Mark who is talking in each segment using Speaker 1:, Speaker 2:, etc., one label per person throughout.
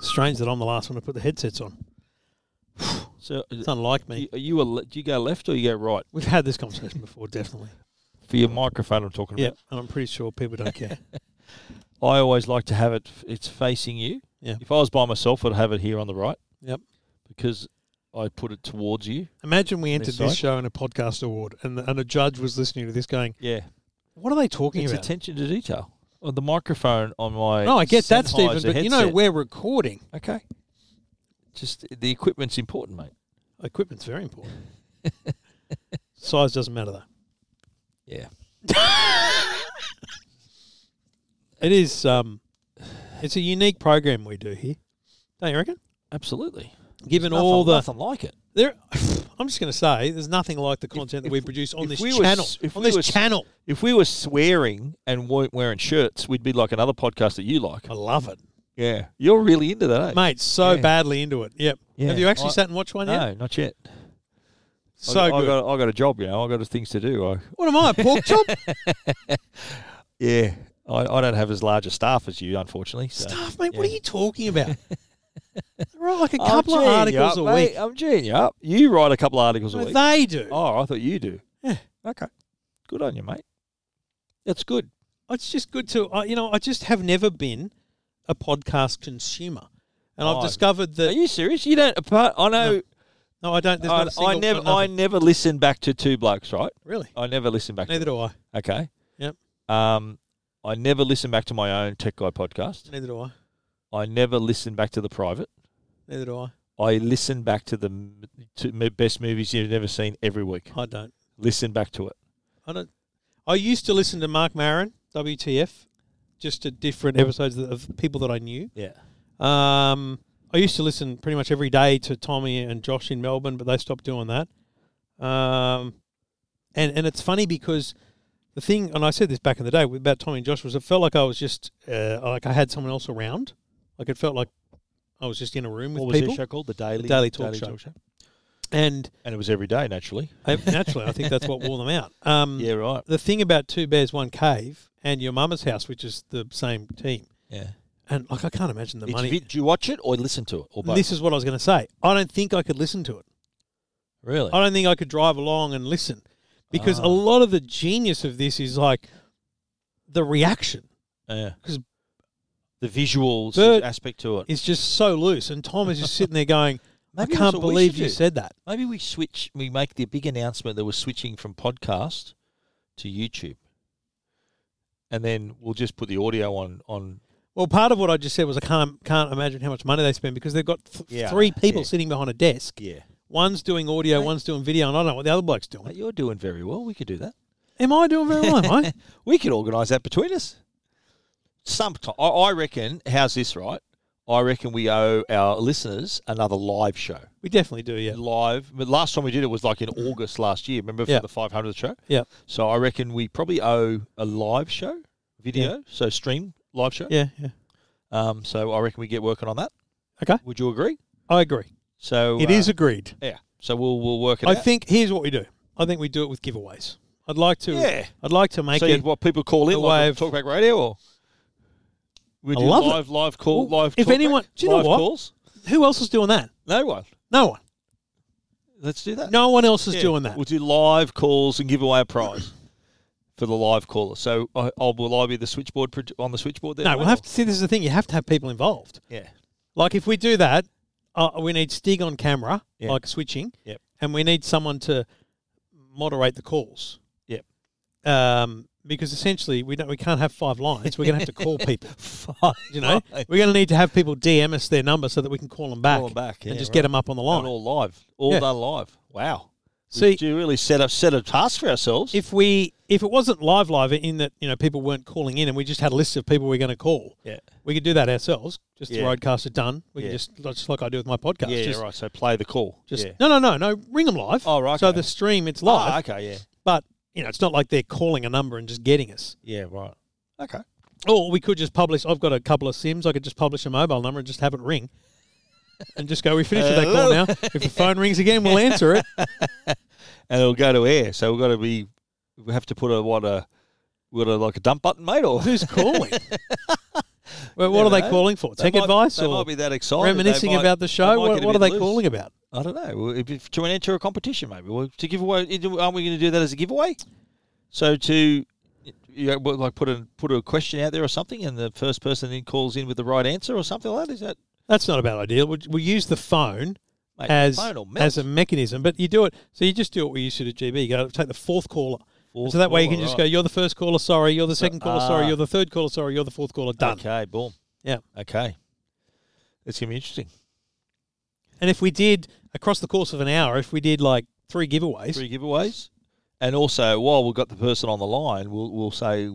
Speaker 1: Strange that I'm the last one to put the headsets on.
Speaker 2: So,
Speaker 1: It's unlike
Speaker 2: are
Speaker 1: me.
Speaker 2: you, are you a le- do you go left or you go right
Speaker 1: We've had this conversation before, definitely.
Speaker 2: for your microphone? I'm talking
Speaker 1: Yeah,
Speaker 2: about.
Speaker 1: and I'm pretty sure people don't care.
Speaker 2: I always like to have it. f- It's facing you.
Speaker 1: Yeah.
Speaker 2: If I was by myself, I'd have it here on the right.
Speaker 1: Yep.
Speaker 2: Because I put it towards you.
Speaker 1: Imagine we entered this
Speaker 2: side.
Speaker 1: show in a podcast award, and the, and a judge was listening to this, going,
Speaker 2: Yeah.
Speaker 1: "What are they talking
Speaker 2: It's
Speaker 1: about?"
Speaker 2: attention to detail. Oh, the microphone on my.
Speaker 1: no, I get that,
Speaker 2: Sennheiser
Speaker 1: Stephen, but you know
Speaker 2: headset.
Speaker 1: we're recording.
Speaker 2: Okay. Just the equipment's important, mate.
Speaker 1: Equipment's very important. Size doesn't matter though.
Speaker 2: Yeah.
Speaker 1: It is. Um, it's a unique program we do here, don't you reckon?
Speaker 2: Absolutely.
Speaker 1: Given all the
Speaker 2: nothing like it.
Speaker 1: there, I'm just going to say there's nothing like the content that
Speaker 2: if
Speaker 1: we
Speaker 2: w-
Speaker 1: produce on
Speaker 2: if
Speaker 1: this
Speaker 2: we were
Speaker 1: channel.
Speaker 2: s- if
Speaker 1: on
Speaker 2: we
Speaker 1: this
Speaker 2: were s-
Speaker 1: channel,
Speaker 2: If we were swearing and weren't wearing shirts, we'd be like another podcast that you like.
Speaker 1: I love it,
Speaker 2: Yeah. You're really into that, eh?
Speaker 1: mate. So
Speaker 2: Yeah.
Speaker 1: badly into it. Yep.
Speaker 2: Yeah.
Speaker 1: Have you actually
Speaker 2: I-
Speaker 1: sat and watched one yet?
Speaker 2: No, not yet.
Speaker 1: So
Speaker 2: I,
Speaker 1: good.
Speaker 2: I got I got a job, you know. I got things to do. I,
Speaker 1: what am I, a pork chop?
Speaker 2: yeah, I, I don't have as large a staff as you, unfortunately. So.
Speaker 1: Stuff, mate. What are
Speaker 2: yeah.
Speaker 1: you talking about? right, like a
Speaker 2: I'm
Speaker 1: couple of
Speaker 2: geeing you
Speaker 1: articles
Speaker 2: up,
Speaker 1: a
Speaker 2: mate.
Speaker 1: week.
Speaker 2: I'm geeing you up. You write a couple of articles a
Speaker 1: No,
Speaker 2: week.
Speaker 1: they do.
Speaker 2: oh, I thought you do.
Speaker 1: Yeah.
Speaker 2: Okay. Good on you, mate. That's good.
Speaker 1: It's just good to, I you know, I just have never been a podcast consumer, and
Speaker 2: Oh.
Speaker 1: I've discovered
Speaker 2: Are
Speaker 1: that.
Speaker 2: you serious? You don't. Apart, I know.
Speaker 1: no, I don't. There's
Speaker 2: I,
Speaker 1: not a
Speaker 2: I
Speaker 1: single,
Speaker 2: never.
Speaker 1: not
Speaker 2: I
Speaker 1: nothing.
Speaker 2: never listen back to two blokes. Right.
Speaker 1: really.
Speaker 2: I never listen back.
Speaker 1: Neither do I.
Speaker 2: to Okay.
Speaker 1: Yep.
Speaker 2: Um, I never listen back to my own tech guy podcast.
Speaker 1: Neither do I.
Speaker 2: I never listen back to the private.
Speaker 1: Neither do I.
Speaker 2: I listen back to the m- to m- best movies you've never seen every week.
Speaker 1: I don't.
Speaker 2: Listen back to it.
Speaker 1: I don't. I used to listen to Mark Maron, WTF, just to different episodes of- of people that I knew.
Speaker 2: Yeah.
Speaker 1: Um, I used to listen pretty much every day to Tommy and Josh in Melbourne, but they stopped doing that. Um, and and it's funny because the thing, and I said this back in the day with- about Tommy and Josh, was it felt like I was just uh, like I had someone else around. Like it felt like I was just in a room with
Speaker 2: What was
Speaker 1: people.
Speaker 2: their show called? The Daily
Speaker 1: The Daily Talk Show. And
Speaker 2: And it was every day, naturally.
Speaker 1: I, naturally, I think that's what wore them out. Um,
Speaker 2: Yeah. Right.
Speaker 1: The thing about Two Bears One Cave and Your Mama's House, which is the same team,
Speaker 2: Yeah.
Speaker 1: and like I can't imagine the
Speaker 2: It's
Speaker 1: money.
Speaker 2: vi- do you watch it or listen to it or both?
Speaker 1: This is what I was going to say. I don't think I could listen to it.
Speaker 2: really?
Speaker 1: I don't think I could drive along and listen because
Speaker 2: Ah.
Speaker 1: a lot of the genius of this is like the reaction
Speaker 2: yeah.
Speaker 1: 'Cause
Speaker 2: the visual
Speaker 1: Bert-
Speaker 2: aspect to it.
Speaker 1: is just so loose, and Tom is just sitting there going,
Speaker 2: Maybe
Speaker 1: "I
Speaker 2: that's
Speaker 1: can't
Speaker 2: what we
Speaker 1: believe
Speaker 2: should
Speaker 1: you
Speaker 2: do.
Speaker 1: said that."
Speaker 2: Maybe we switch. We make the big announcement that we're switching from podcast to YouTube, and then we'll just put the audio on on.
Speaker 1: Well, part of what I just said was I can't can't imagine how much money they spend because they've got th-
Speaker 2: Yeah,
Speaker 1: three people
Speaker 2: yeah.
Speaker 1: sitting behind a desk.
Speaker 2: Yeah,
Speaker 1: One's doing audio,
Speaker 2: Mate.
Speaker 1: one's doing video, and I don't know what the other bloke's doing.
Speaker 2: Mate, you're doing very well. We could do that.
Speaker 1: Am I doing very well? Am I?
Speaker 2: We could organise that between us. Sometime, I, I reckon. How's this, right? I reckon we owe our listeners another live show.
Speaker 1: We definitely do, yeah.
Speaker 2: Live, but last time we did it was like in August last year. Remember for
Speaker 1: Yeah.
Speaker 2: the 500th show?
Speaker 1: Yeah.
Speaker 2: So I reckon we probably owe a live show video, so stream live show.
Speaker 1: Yeah, yeah.
Speaker 2: Um, so I reckon we get working on that.
Speaker 1: Okay.
Speaker 2: Would you agree?
Speaker 1: I agree.
Speaker 2: So
Speaker 1: It
Speaker 2: uh,
Speaker 1: is agreed.
Speaker 2: yeah. So we'll we'll work it
Speaker 1: I
Speaker 2: out.
Speaker 1: think here's what we do. I think we do it with giveaways. I'd like to
Speaker 2: yeah.
Speaker 1: I'd like to make
Speaker 2: so
Speaker 1: it
Speaker 2: you, what people call in
Speaker 1: a
Speaker 2: like
Speaker 1: way
Speaker 2: on
Speaker 1: of-
Speaker 2: talkback radio or we
Speaker 1: I
Speaker 2: do
Speaker 1: love it.
Speaker 2: live live call
Speaker 1: Well,
Speaker 2: live.
Speaker 1: if
Speaker 2: talkback,
Speaker 1: anyone- do you know
Speaker 2: live
Speaker 1: what?
Speaker 2: Calls?
Speaker 1: Who else is doing that?
Speaker 2: No one.
Speaker 1: No one.
Speaker 2: Let's do that.
Speaker 1: No one else is
Speaker 2: Yeah.
Speaker 1: doing that.
Speaker 2: We'll do live calls and give away a prize for the live caller. So I, I'll will I be the switchboard pro- on the switchboard there?
Speaker 1: No,
Speaker 2: mate,
Speaker 1: we'll have to see. This is the thing. You have to have people involved.
Speaker 2: or- Yeah.
Speaker 1: Like if we do that, uh, we need Stig on camera,
Speaker 2: Yeah.
Speaker 1: like switching.
Speaker 2: Yep.
Speaker 1: And we need someone to moderate the calls.
Speaker 2: Yep.
Speaker 1: Um, because essentially we don't we can't have five lines. We're gonna have to call people.
Speaker 2: Fine.
Speaker 1: You know, we're gonna need to have people DM us their number so that we can call them back,
Speaker 2: Call 'em back,
Speaker 1: and
Speaker 2: yeah,
Speaker 1: just
Speaker 2: right.
Speaker 1: get them up on the line.
Speaker 2: And all live, all
Speaker 1: Yeah.
Speaker 2: done live. Wow.
Speaker 1: See-
Speaker 2: do you really set up set a task for ourselves?
Speaker 1: if we if it wasn't live live in that you know people weren't calling in and we just had a list of people we're going to call
Speaker 2: yeah.
Speaker 1: we could do that ourselves just
Speaker 2: Yeah.
Speaker 1: the roadcast are done we
Speaker 2: Yeah.
Speaker 1: can just just like i do with my podcast
Speaker 2: Yeah,
Speaker 1: just,
Speaker 2: yeah, right. So play the call.
Speaker 1: just
Speaker 2: yeah.
Speaker 1: no no no no ring them live
Speaker 2: Oh, right,
Speaker 1: so
Speaker 2: okay.
Speaker 1: the stream it's live
Speaker 2: Ah, okay, yeah.
Speaker 1: but you know it's not like they're calling a number and just getting us
Speaker 2: Yeah, right. Okay.
Speaker 1: or we could just publish i've got a couple of sims i could just publish a mobile number and just have it ring and just go we finished with that call
Speaker 2: Hello.
Speaker 1: now if the phone rings again we'll answer it
Speaker 2: And it'll go to air. So we've got to be we have to put a what a what a like a dump button, mate, or
Speaker 1: who's calling Well, what
Speaker 2: never
Speaker 1: are they
Speaker 2: know.
Speaker 1: calling for?
Speaker 2: They
Speaker 1: Tech
Speaker 2: might-
Speaker 1: advice
Speaker 2: They
Speaker 1: or
Speaker 2: might be that excited. They
Speaker 1: reminiscing
Speaker 2: might-
Speaker 1: about the show?
Speaker 2: might
Speaker 1: What,
Speaker 2: get a
Speaker 1: what are
Speaker 2: bit
Speaker 1: they
Speaker 2: loose.
Speaker 1: calling about?
Speaker 2: I don't know. Well, If, if to enter a competition, maybe. Well, to give away, aren't we going to do that as a giveaway? So to you know, well, like put a put a question out there or something, and the first person then calls in with the right answer or something like that. Is that
Speaker 1: That's not a bad idea. We'll, we'll use the phone
Speaker 2: mate,
Speaker 1: as
Speaker 2: phone or melt?
Speaker 1: as a mechanism, but you do it. So you just do what we used to do. GB, you go take the fourth caller.
Speaker 2: Fourth
Speaker 1: so that way you can
Speaker 2: caller,
Speaker 1: just
Speaker 2: right.
Speaker 1: go. You're the first caller. Sorry, you're the second caller. sorry,
Speaker 2: ah.
Speaker 1: you're the third caller. Sorry, you're the fourth caller. Done.
Speaker 2: Okay, boom.
Speaker 1: Yeah.
Speaker 2: Okay, it's gonna be interesting.
Speaker 1: And if we did across the course of an hour, if we did like three giveaways,
Speaker 2: Three giveaways, and also while we've got the person on the line, we'll we'll say,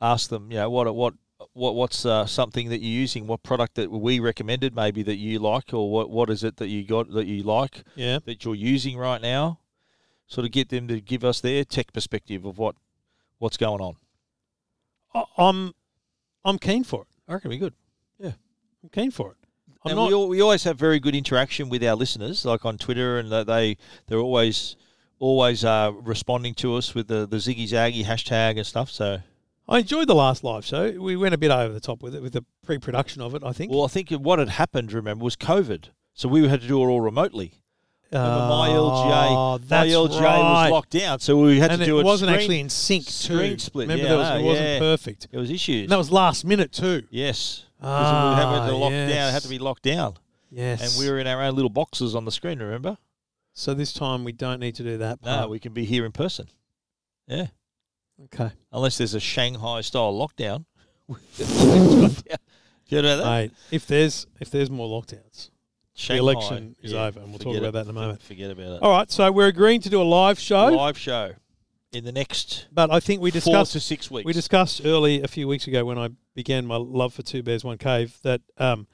Speaker 2: ask them, you know, what what what what's uh, something that you're using, what product that we recommended, maybe that you like, or what what is it that you got that you like
Speaker 1: yeah,
Speaker 2: that you're using right now. Sort of get them to give us their tech perspective of what what's going on.
Speaker 1: I, I'm I'm keen for it.
Speaker 2: I reckon we good.
Speaker 1: I'm keen for it. I'm
Speaker 2: and
Speaker 1: not.
Speaker 2: we, al- we always have very good interaction with our listeners, like on Twitter, and that they they're always always uh, responding to us with the the Ziggy Zaggy hashtag and stuff. So
Speaker 1: I enjoyed the last live show. We went a bit over the top with it with the pre-production of it. I think.
Speaker 2: Well, I think what had happened, remember, was COVID. So we had to do it all remotely. Remember, my
Speaker 1: Ah,
Speaker 2: LJ, my
Speaker 1: that's
Speaker 2: LJ
Speaker 1: right.
Speaker 2: was locked down, so we had
Speaker 1: and
Speaker 2: to do
Speaker 1: it,
Speaker 2: it.
Speaker 1: wasn't
Speaker 2: screen-
Speaker 1: actually in sync. Too.
Speaker 2: screen split.
Speaker 1: Remember,
Speaker 2: Yeah,
Speaker 1: there was,
Speaker 2: I
Speaker 1: it
Speaker 2: know,
Speaker 1: wasn't
Speaker 2: yeah.
Speaker 1: perfect,
Speaker 2: There was issues.
Speaker 1: and that was last minute too. Ah,
Speaker 2: yes, because we had to lock down. It had to be locked down,
Speaker 1: Yes.
Speaker 2: and we were in our own little boxes on the screen. Remember?
Speaker 1: so this time we don't need to do that.
Speaker 2: No,
Speaker 1: Part.
Speaker 2: we can be here in person. Yeah,
Speaker 1: okay.
Speaker 2: unless there's a Shanghai style lockdown. You know that?
Speaker 1: Mate, if there's if there's more lockdowns,
Speaker 2: Shanghai.
Speaker 1: the election is
Speaker 2: Yeah,
Speaker 1: over, and we'll talk
Speaker 2: forget
Speaker 1: about
Speaker 2: it.
Speaker 1: that in a moment.
Speaker 2: Forget about it.
Speaker 1: All right. So we're agreeing to do a live show,
Speaker 2: Live show in the next
Speaker 1: but I think we
Speaker 2: four
Speaker 1: discussed
Speaker 2: to six weeks.
Speaker 1: We discussed early a few weeks ago when I began my love for Two Bears One Cave that um,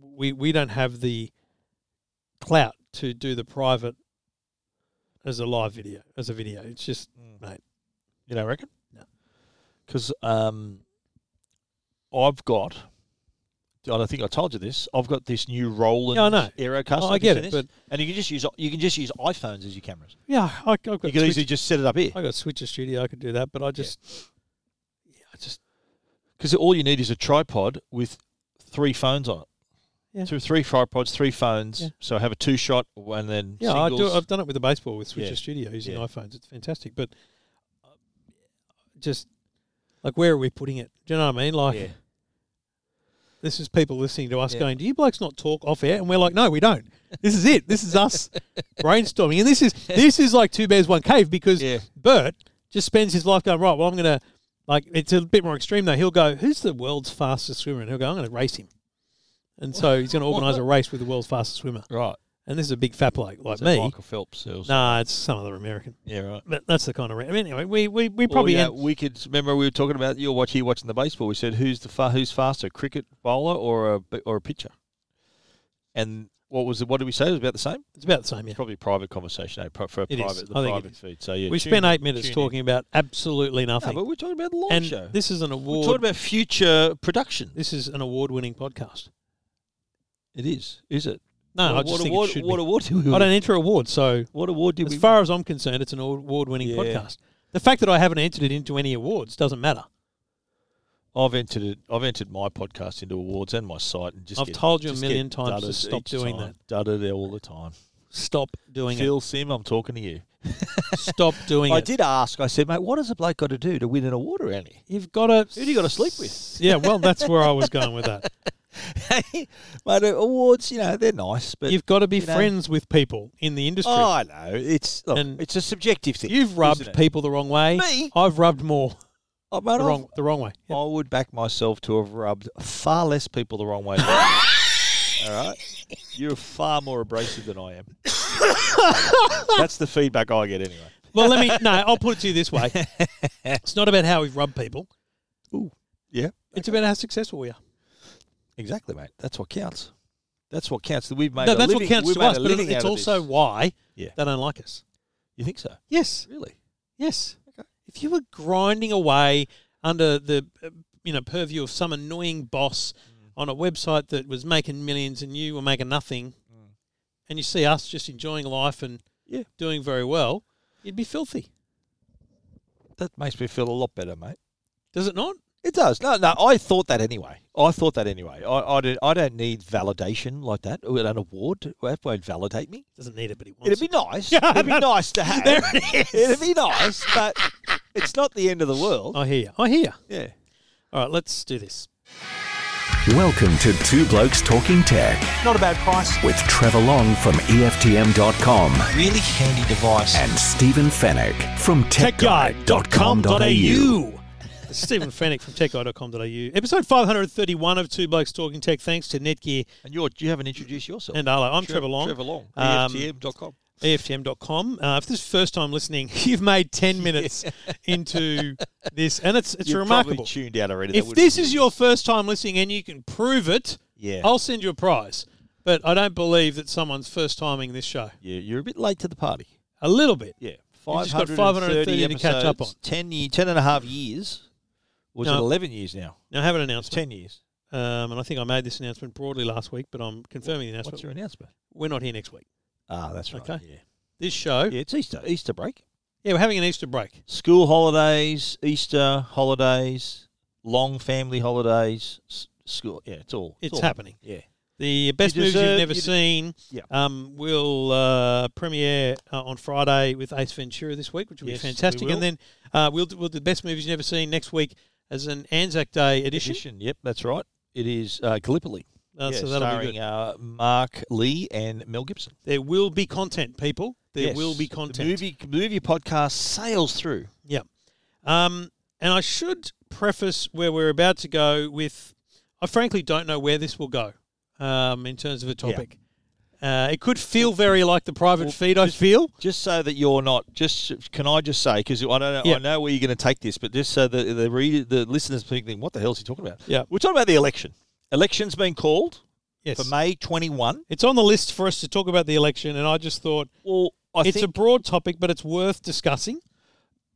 Speaker 1: we we don't have the clout to do the private as a live video as a video. It's just
Speaker 2: You don't reckon?
Speaker 1: Mm. No.
Speaker 2: Because um, I've got. I don't think I told you this. I've got this new Roland
Speaker 1: Yeah, I know.
Speaker 2: Aerocaster.
Speaker 1: Oh, I
Speaker 2: Have you
Speaker 1: get
Speaker 2: seen
Speaker 1: it,
Speaker 2: this?
Speaker 1: but
Speaker 2: and you can just use you can just use iPhones as your cameras.
Speaker 1: yeah, I, I've got
Speaker 2: You can
Speaker 1: switch,
Speaker 2: easily just set it up here
Speaker 1: I got Switcher Studio. I could do that, but I just yeah, I just
Speaker 2: because all you need is a tripod with three phones on it.
Speaker 1: Yeah.
Speaker 2: Two, three tripods, three phones.
Speaker 1: Yeah.
Speaker 2: So have a two shot and then
Speaker 1: yeah, I
Speaker 2: singles.
Speaker 1: do. I've done it with the baseball with Switcher
Speaker 2: Yeah,
Speaker 1: Studio using
Speaker 2: yeah.
Speaker 1: iPhones. It's fantastic, but uh, just like where are we putting it? Do you know what I mean? Like.
Speaker 2: yeah.
Speaker 1: This is people listening to us
Speaker 2: Yeah.
Speaker 1: going, "Do you blokes not talk off air?" And we're like, "No, we don't. This is it. This is us brainstorming." And this is this is like two bears one cave because
Speaker 2: Yeah.
Speaker 1: Bert just spends his life going, "Right, well, I'm gonna like." It's a bit more extreme though. He'll go, "Who's the world's fastest swimmer?" And he'll go, "I'm gonna race him." And so he's going to organise a race with the world's fastest swimmer.
Speaker 2: Right.
Speaker 1: And this is a big fat bloke like
Speaker 2: So
Speaker 1: me.
Speaker 2: Michael Phelps. it was-
Speaker 1: Nah, it's some other American.
Speaker 2: Yeah, right.
Speaker 1: But that's the kind of. Ra- I mean, anyway, we we, we
Speaker 2: Or,
Speaker 1: probably
Speaker 2: yeah,
Speaker 1: end-
Speaker 2: we could remember we were talking about you're watch here watching the baseball. We said who's the fa- who's faster, cricket bowler or a b- or a pitcher? And what was it? What did we say? It was about the same.
Speaker 1: it's about the same. Yeah.
Speaker 2: It's probably a private conversation eh, pro- for a
Speaker 1: It is.
Speaker 2: private the
Speaker 1: I think it
Speaker 2: private feed. So yeah,
Speaker 1: we
Speaker 2: tune
Speaker 1: spent
Speaker 2: in-
Speaker 1: eight minutes
Speaker 2: tune in.
Speaker 1: talking about absolutely
Speaker 2: No,
Speaker 1: nothing.
Speaker 2: but we're talking about the live
Speaker 1: and
Speaker 2: show.
Speaker 1: this is an
Speaker 2: we're
Speaker 1: award.
Speaker 2: talking about future production.
Speaker 1: This is an award-winning podcast.
Speaker 2: It is, is it?
Speaker 1: No,
Speaker 2: What-
Speaker 1: I just
Speaker 2: what
Speaker 1: think
Speaker 2: award,
Speaker 1: it should
Speaker 2: what
Speaker 1: be.
Speaker 2: award do we?
Speaker 1: I don't enter awards, so
Speaker 2: What award did
Speaker 1: as
Speaker 2: we?
Speaker 1: far as I'm concerned, it's an award-winning
Speaker 2: Yeah.
Speaker 1: podcast. The fact that I haven't entered it into any awards doesn't matter.
Speaker 2: I've entered it. I've entered my podcast into awards and my site, and just
Speaker 1: I've
Speaker 2: get-
Speaker 1: told you a
Speaker 2: just
Speaker 1: million
Speaker 2: get
Speaker 1: times to
Speaker 2: dudded
Speaker 1: stop
Speaker 2: each
Speaker 1: doing
Speaker 2: time. Dudded all the time.
Speaker 1: Stop doing
Speaker 2: Phil Sim, I'm talking to you.
Speaker 1: it. Stop doing
Speaker 2: I
Speaker 1: it.
Speaker 2: did ask. I said, mate, what does a bloke got to do to win an award around here?
Speaker 1: You've got to.
Speaker 2: Who do you gotta sleep with?
Speaker 1: Yeah, well, that's where I was going with that.
Speaker 2: mate, uh, awards, you know, they're nice, but
Speaker 1: You've got to be
Speaker 2: you know-
Speaker 1: friends with people in the industry.
Speaker 2: oh, I know it's look,
Speaker 1: And
Speaker 2: it's a subjective thing.
Speaker 1: You've rubbed
Speaker 2: isn't it?
Speaker 1: people the wrong way.
Speaker 2: Me?
Speaker 1: I've rubbed more
Speaker 2: Oh, mate,
Speaker 1: the
Speaker 2: I've-
Speaker 1: wrong the wrong way. Yeah.
Speaker 2: I would back myself to have rubbed far less people the wrong way. than you. All right, you're far more abrasive than I am. That's the feedback I get anyway.
Speaker 1: Well, let me. No, I'll put it to you this way. It's not about how we've rubbed people.
Speaker 2: Yeah,
Speaker 1: It's about how successful we are.
Speaker 2: exactly, mate. That's what counts. That's what counts. That we've made.
Speaker 1: No,
Speaker 2: a
Speaker 1: that's
Speaker 2: living,
Speaker 1: what counts
Speaker 2: we've
Speaker 1: to
Speaker 2: made
Speaker 1: us,
Speaker 2: a
Speaker 1: but it-
Speaker 2: living
Speaker 1: it's
Speaker 2: out of
Speaker 1: also
Speaker 2: this.
Speaker 1: why
Speaker 2: Yeah.
Speaker 1: they don't like us.
Speaker 2: you think so?
Speaker 1: Yes,
Speaker 2: Really?
Speaker 1: yes.
Speaker 2: Okay.
Speaker 1: If you were grinding away under the uh, you know purview of some annoying boss on a website that was making millions and you were making nothing, and you see us just enjoying life and
Speaker 2: Yeah.
Speaker 1: doing very well, you'd be filthy,
Speaker 2: That makes me feel a lot better, mate.
Speaker 1: does it not?
Speaker 2: It does. No, no. I thought that anyway. I thought that anyway. I, I, don't, I don't need validation like that. Or An award that won't validate me.
Speaker 1: Doesn't need it, but he wants
Speaker 2: It'd
Speaker 1: it.
Speaker 2: be nice.
Speaker 1: Yeah,
Speaker 2: It'd be
Speaker 1: that-
Speaker 2: nice to have.
Speaker 1: There it is.
Speaker 2: It'd be nice, but it's not the end of the world.
Speaker 1: I hear you. I hear you.
Speaker 2: Yeah.
Speaker 1: All right, let's do this.
Speaker 3: Welcome to Two Blokes Talking Tech
Speaker 4: Not a bad price.
Speaker 3: with Trevor Long from E EFTM.com
Speaker 4: Really handy device.
Speaker 3: and Stephen Fennec from TechGuide.com.au.
Speaker 1: This is Stephen Fennick from techguide.com.au. Episode 531 of Two Blokes Talking Tech. Thanks to Netgear
Speaker 2: And you're, you haven't introduced yourself.
Speaker 1: and Arlo. I'm
Speaker 2: Tre-
Speaker 1: Trevor Long.
Speaker 2: Trevor Long. E
Speaker 1: Um,
Speaker 2: EFTM.com.
Speaker 1: EFTM.com. Uh, if this is first time listening, you've made 10 minutes into this, and it's it's
Speaker 2: You're probably
Speaker 1: remarkable.
Speaker 2: tuned out already. That
Speaker 1: If
Speaker 2: would've
Speaker 1: this
Speaker 2: been-
Speaker 1: is your first time listening and you can prove it,
Speaker 2: Yeah.
Speaker 1: I'll send you a prize. But I don't believe that someone's first timing this show.
Speaker 2: yeah, you're a bit late to the party.
Speaker 1: A little bit.
Speaker 2: Yeah.
Speaker 1: You've just got
Speaker 2: 530
Speaker 1: 530 to catch up
Speaker 2: episodes,
Speaker 1: on.
Speaker 2: 10, year, 10 and a half years. Was
Speaker 1: No.
Speaker 2: it 11 years now?
Speaker 1: Now, I have an announcement.
Speaker 2: 10 years.
Speaker 1: Um, and I think I made this announcement broadly last week, but I'm confirming the announcement.
Speaker 2: What's your announcement?
Speaker 1: We're not here next week.
Speaker 2: Ah, that's right.
Speaker 1: Okay.
Speaker 2: Yeah.
Speaker 1: This show, yeah.
Speaker 2: yeah, it's Easter. Easter break.
Speaker 1: we're having an Easter break.
Speaker 2: School holidays, Easter holidays, long family holidays, s- school. Yeah, it's all.
Speaker 1: It's
Speaker 2: all-
Speaker 1: happening.
Speaker 2: Yeah.
Speaker 1: The best
Speaker 2: You
Speaker 1: movies
Speaker 2: deserve-
Speaker 1: you've never
Speaker 2: you de-
Speaker 1: seen
Speaker 2: Yeah.
Speaker 1: um, will uh, premiere uh, on Friday with Ace Ventura this week, which will
Speaker 2: Yes,
Speaker 1: be
Speaker 2: we
Speaker 1: fantastic.
Speaker 2: will.
Speaker 1: And then uh, we'll do, we'll do the best movies you've never seen next week as an Anzac Day edition.
Speaker 2: Edition. Yep, that's right. It is uh, Gallipoli.
Speaker 1: Uh,
Speaker 2: yeah,
Speaker 1: so that'll
Speaker 2: starring
Speaker 1: be good.
Speaker 2: Uh, Mark Lee and Mel Gibson.
Speaker 1: There will be content, people. There
Speaker 2: Yes.
Speaker 1: will be
Speaker 2: The
Speaker 1: content.
Speaker 2: movie, movie podcast sails through.
Speaker 1: Yeah. Um, and I should preface where we're about to go with I frankly don't know where this will go um, in terms of a topic. Uh, it could feel very like the private
Speaker 2: Well,
Speaker 1: feed, I feel.
Speaker 2: Just so that you're not just can I just say because I don't know,
Speaker 1: Yeah.
Speaker 2: I know where you're going to take this, but just so that the reader, the listeners thinking, what the hell is he talking about?
Speaker 1: Yeah.
Speaker 2: we're talking about the election. Election's been called
Speaker 1: Yes.
Speaker 2: for May 21.
Speaker 1: It's on the list for us to talk about the election, and I just thought
Speaker 2: Well, I
Speaker 1: it's a
Speaker 2: think,
Speaker 1: broad topic, but it's worth discussing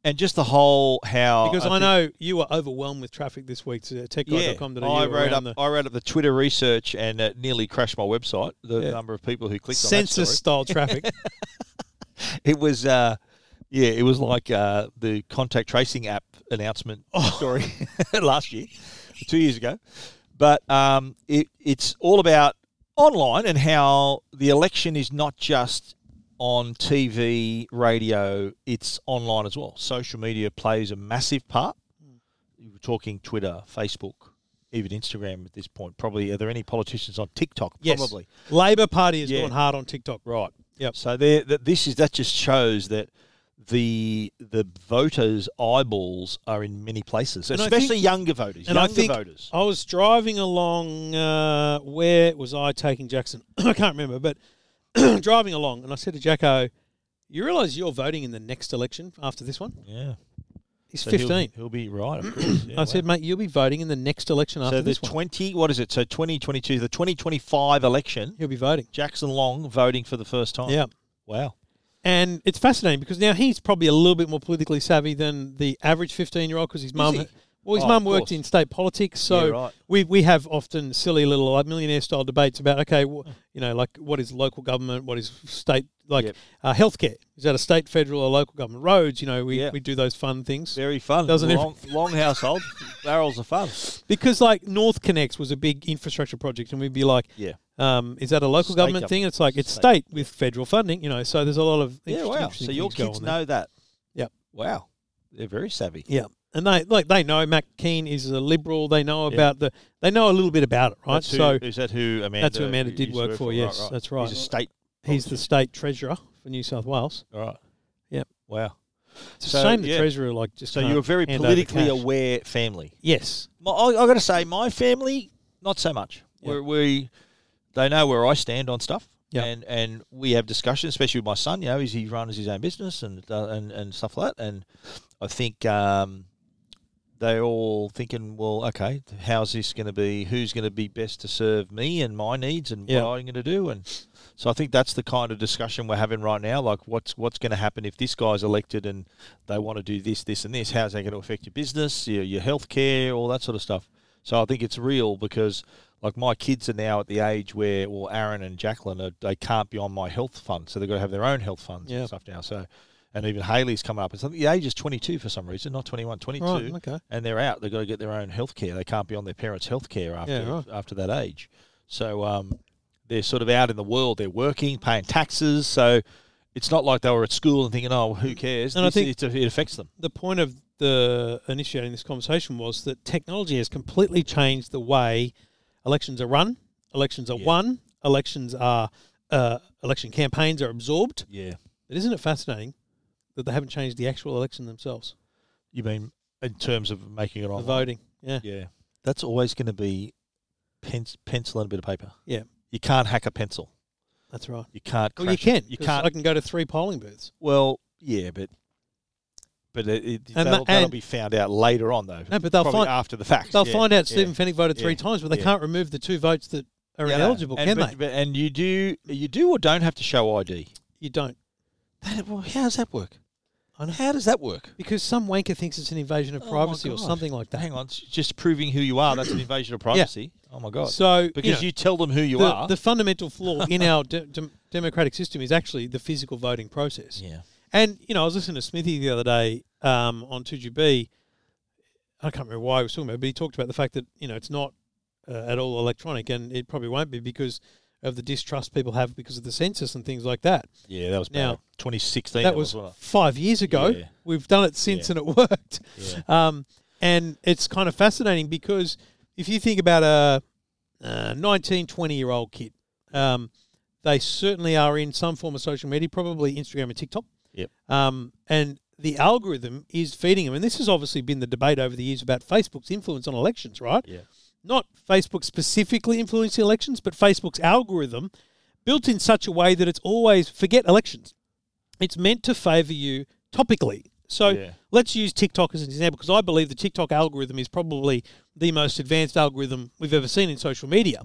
Speaker 2: and just the whole how
Speaker 1: because I,
Speaker 2: think-
Speaker 1: know you were overwhelmed with traffic this week uh, to techguide.com.au.
Speaker 2: Yeah, I
Speaker 1: around
Speaker 2: wrote up
Speaker 1: the
Speaker 2: I wrote up the Twitter research and it nearly crashed my website. The
Speaker 1: Yeah.
Speaker 2: number of people who clicked on that
Speaker 1: census
Speaker 2: story.
Speaker 1: style traffic.
Speaker 2: It was, uh, yeah, it was like uh, the contact tracing app announcement story last year, two years ago. But um, it, it's all about online and how the election is not just on TV, radio, it's online as well. Social media plays a massive part. You were talking Twitter, Facebook, even Instagram at this point. Probably, are there any politicians on TikTok?
Speaker 1: yes.
Speaker 2: Probably.
Speaker 1: Labor Party is
Speaker 2: Yeah.
Speaker 1: going hard on TikTok.
Speaker 2: Right.
Speaker 1: Yep.
Speaker 2: So there, that this is that just shows that the the voters' eyeballs are in many places,
Speaker 1: And I
Speaker 2: especially
Speaker 1: think-
Speaker 2: younger voters.
Speaker 1: and I
Speaker 2: younger
Speaker 1: think
Speaker 2: voters.
Speaker 1: I was driving along. Uh, where was I taking Jackson? I can't remember, but driving along, and I said to Jacko, "You realise you're voting in the next election after this one?
Speaker 2: Yeah.
Speaker 1: He's
Speaker 2: So
Speaker 1: 15."
Speaker 2: He'll, he'll be right. Of course. Yeah,
Speaker 1: I said, "Mate, you'll be voting in the next election
Speaker 2: wow.
Speaker 1: after
Speaker 2: so the
Speaker 1: this one.
Speaker 2: twenty. What is it? So twenty twenty two, the twenty twenty five election.
Speaker 1: You'll be voting."
Speaker 2: Jackson Long voting for the first time.
Speaker 1: Yeah.
Speaker 2: Wow.
Speaker 1: And it's fascinating because now he's probably a little bit more politically savvy than the average 15 year old because his mum.
Speaker 2: he?
Speaker 1: Well, his
Speaker 2: Oh,
Speaker 1: mum
Speaker 2: of
Speaker 1: worked
Speaker 2: course.
Speaker 1: in state politics, so
Speaker 2: Yeah, right.
Speaker 1: we, we have often silly little like millionaire style debates about okay, wh- you know, like what is local government, what is state, like
Speaker 2: Mm. Yep.
Speaker 1: uh, healthcare is that a state, federal, or local government? Roads, you know, we,
Speaker 2: Yeah.
Speaker 1: we do those fun things
Speaker 2: Very fun.
Speaker 1: Doesn't it?
Speaker 2: long, long household barrels of fun.
Speaker 1: because like North Connects was a big infrastructure project, and we'd be like,
Speaker 2: Yeah.
Speaker 1: um, is that a local
Speaker 2: State
Speaker 1: government,
Speaker 2: government.
Speaker 1: thing? It's like it's state,
Speaker 2: State.
Speaker 1: with federal funding, you know. So there's a lot of
Speaker 2: Yeah.
Speaker 1: interesting-
Speaker 2: Wow.
Speaker 1: interesting
Speaker 2: So your
Speaker 1: things go
Speaker 2: kids
Speaker 1: on there.
Speaker 2: know that.
Speaker 1: Yep.
Speaker 2: Wow. They're very savvy.
Speaker 1: Yeah, and they like they know Matt Keane is a liberal. They know about the they know a little bit about it, right?
Speaker 2: That's who,
Speaker 1: so
Speaker 2: is that who Amanda?
Speaker 1: that's who Amanda did
Speaker 2: used to
Speaker 1: work for, yes, that's right.
Speaker 2: He's a state.
Speaker 1: he's the state treasurer for New South Wales.
Speaker 2: All right.
Speaker 1: Yep.
Speaker 2: Wow.
Speaker 1: It's a
Speaker 2: So,
Speaker 1: shame the
Speaker 2: yeah.
Speaker 1: treasurer like just
Speaker 2: So
Speaker 1: can't
Speaker 2: you're a very
Speaker 1: hand over
Speaker 2: politically
Speaker 1: cash.
Speaker 2: aware family.
Speaker 1: Yes,
Speaker 2: My, I, I got to say, my family not so much.
Speaker 1: Yeah.
Speaker 2: We're, we they know where I stand on stuff.
Speaker 1: Yeah.
Speaker 2: And and we have discussions, especially with my son. You know, he's, he runs his own business and uh, and and stuff like that. And I think um, they're all thinking, well, okay, how's this going to be? Who's going to be best to serve me and my needs and
Speaker 1: Yeah.
Speaker 2: what I'm going to do? And so I think that's the kind of discussion we're having right now. Like, what's what's going to happen if this guy's elected and they want to do this, this, and this? How's that going to affect your business, your, your health care, all that sort of stuff? So I think it's real because, like, my kids are now at the age where, well, Aaron and Jacqueline, are, they can't be on my health fund. So they've got to have their own health funds
Speaker 1: Yeah.
Speaker 2: and stuff now. So and even Haley's come up. It's the age is 22 for some reason, not 21, 22,
Speaker 1: Right, Oh, okay.
Speaker 2: and they're out. They've got to get their own health care. They can't be on their parents' health care after
Speaker 1: Yeah, right.
Speaker 2: after that age. So um, they're sort of out in the world. They're working, paying taxes. So it's not like they were at school and thinking, "Oh, who cares?"
Speaker 1: And I
Speaker 2: This-
Speaker 1: think-
Speaker 2: it's- it affects them.
Speaker 1: the point of the initiating this conversation was that technology has completely changed the way elections are run, elections are won, elections are uh, election campaigns are absorbed.
Speaker 2: Yeah,
Speaker 1: But isn't it fascinating that they haven't changed the actual election themselves,
Speaker 2: you mean in terms of making it
Speaker 1: the
Speaker 2: online?
Speaker 1: voting? Yeah,
Speaker 2: Yeah, that's always going to be pen- pencil and a bit of paper.
Speaker 1: Yeah.
Speaker 2: you can't hack a pencil.
Speaker 1: that's right.
Speaker 2: You can't.
Speaker 1: Well, you
Speaker 2: crash it.
Speaker 1: can.
Speaker 2: You
Speaker 1: 'cause
Speaker 2: can't.
Speaker 1: I can go to three polling booths.
Speaker 2: well, yeah, but but it, it,
Speaker 1: And the-
Speaker 2: that'll, that'll
Speaker 1: and-
Speaker 2: be found out later on though.
Speaker 1: No, but they'll
Speaker 2: Probably
Speaker 1: find-
Speaker 2: after the fact.
Speaker 1: They'll
Speaker 2: Yeah,
Speaker 1: find out
Speaker 2: yeah.
Speaker 1: Stephen Fennick voted three
Speaker 2: yeah,
Speaker 1: times, but they
Speaker 2: yeah.
Speaker 1: can't remove the two votes that are
Speaker 2: Yeah, no.
Speaker 1: ineligible,
Speaker 2: and,
Speaker 1: can
Speaker 2: but,
Speaker 1: they?
Speaker 2: But, and you do you do or don't have to show ID.
Speaker 1: you don't,
Speaker 2: That, well, how does that work? How does that work?
Speaker 1: because some wanker thinks it's an invasion of
Speaker 2: Oh my
Speaker 1: privacy or
Speaker 2: God.
Speaker 1: something like that.
Speaker 2: Hang on, it's just proving who you are. That's an invasion of privacy. Oh my god!
Speaker 1: So
Speaker 2: because
Speaker 1: you
Speaker 2: you,
Speaker 1: know,
Speaker 2: tell them who you
Speaker 1: the,
Speaker 2: are.
Speaker 1: the fundamental flaw in our de- dem- democratic system is actually the physical voting process.
Speaker 2: yeah.
Speaker 1: And you know, I was listening to Smithy the other day um, on Two GB. I can't remember why he was talking about, it, but he talked about the fact that you know it's not uh, at all electronic, and it probably won't be because of the distrust people have because of the census and things like that.
Speaker 2: Yeah, that was bad.
Speaker 1: Now-
Speaker 2: 2016.
Speaker 1: that was
Speaker 2: wasn't it?
Speaker 1: five years ago.
Speaker 2: Yeah.
Speaker 1: We've done it since,
Speaker 2: Yeah.
Speaker 1: and it worked.
Speaker 2: Yeah.
Speaker 1: Um, and it's kind of fascinating because if you think about a, a 19, 20 year old kid, um, they certainly are in some form of social media, probably Instagram and TikTok.
Speaker 2: Yep.
Speaker 1: Um, and the algorithm is feeding them. And this has obviously been the debate over the years about Facebook's influence on elections, right?
Speaker 2: Yeah.
Speaker 1: Not Facebook specifically influencing elections, but Facebook's algorithm built in such a way that it's always forget elections. It's meant to favor you topically. So
Speaker 2: Yeah.
Speaker 1: let's use TikTok as an example because I believe the TikTok algorithm is probably the most advanced algorithm we've ever seen in social media.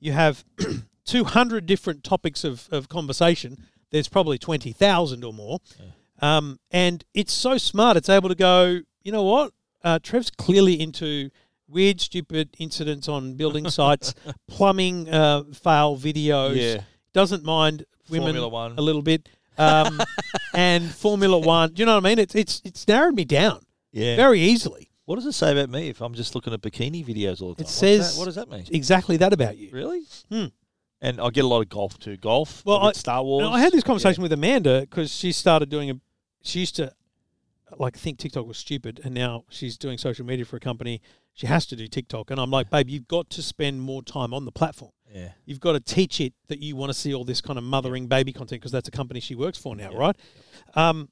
Speaker 1: You have 200 different topics of, of conversation, there's probably 20,000 or more. Um, and it's so smart, it's able to go, you know what? Uh, Trev's clearly into weird, stupid incidents on building sites, plumbing uh, fail videos,
Speaker 2: Yeah.
Speaker 1: doesn't mind women
Speaker 2: Formula One.
Speaker 1: a little bit. Um, and Formula One, do you know what I mean? It's it's it's narrowed me down
Speaker 2: Yeah.
Speaker 1: very easily.
Speaker 2: What does it say about me if I'm just looking at bikini videos all
Speaker 1: It
Speaker 2: the time? What's
Speaker 1: says
Speaker 2: that? what does that mean?
Speaker 1: Exactly that about you.
Speaker 2: Really?
Speaker 1: Hmm.
Speaker 2: And I get a lot of golf too. Golf.
Speaker 1: Well,
Speaker 2: Well,
Speaker 1: I-
Speaker 2: Star Wars.
Speaker 1: And I had this conversation with Amanda because she started doing a. She used to like think TikTok was stupid, and now she's doing social media for a company. She has to do TikTok, and I'm like, babe, you've got to spend more time on the platform.
Speaker 2: Yeah.
Speaker 1: You've got to teach it that you want to see all this kind of mothering baby content because that's a company she works for now, right? Um,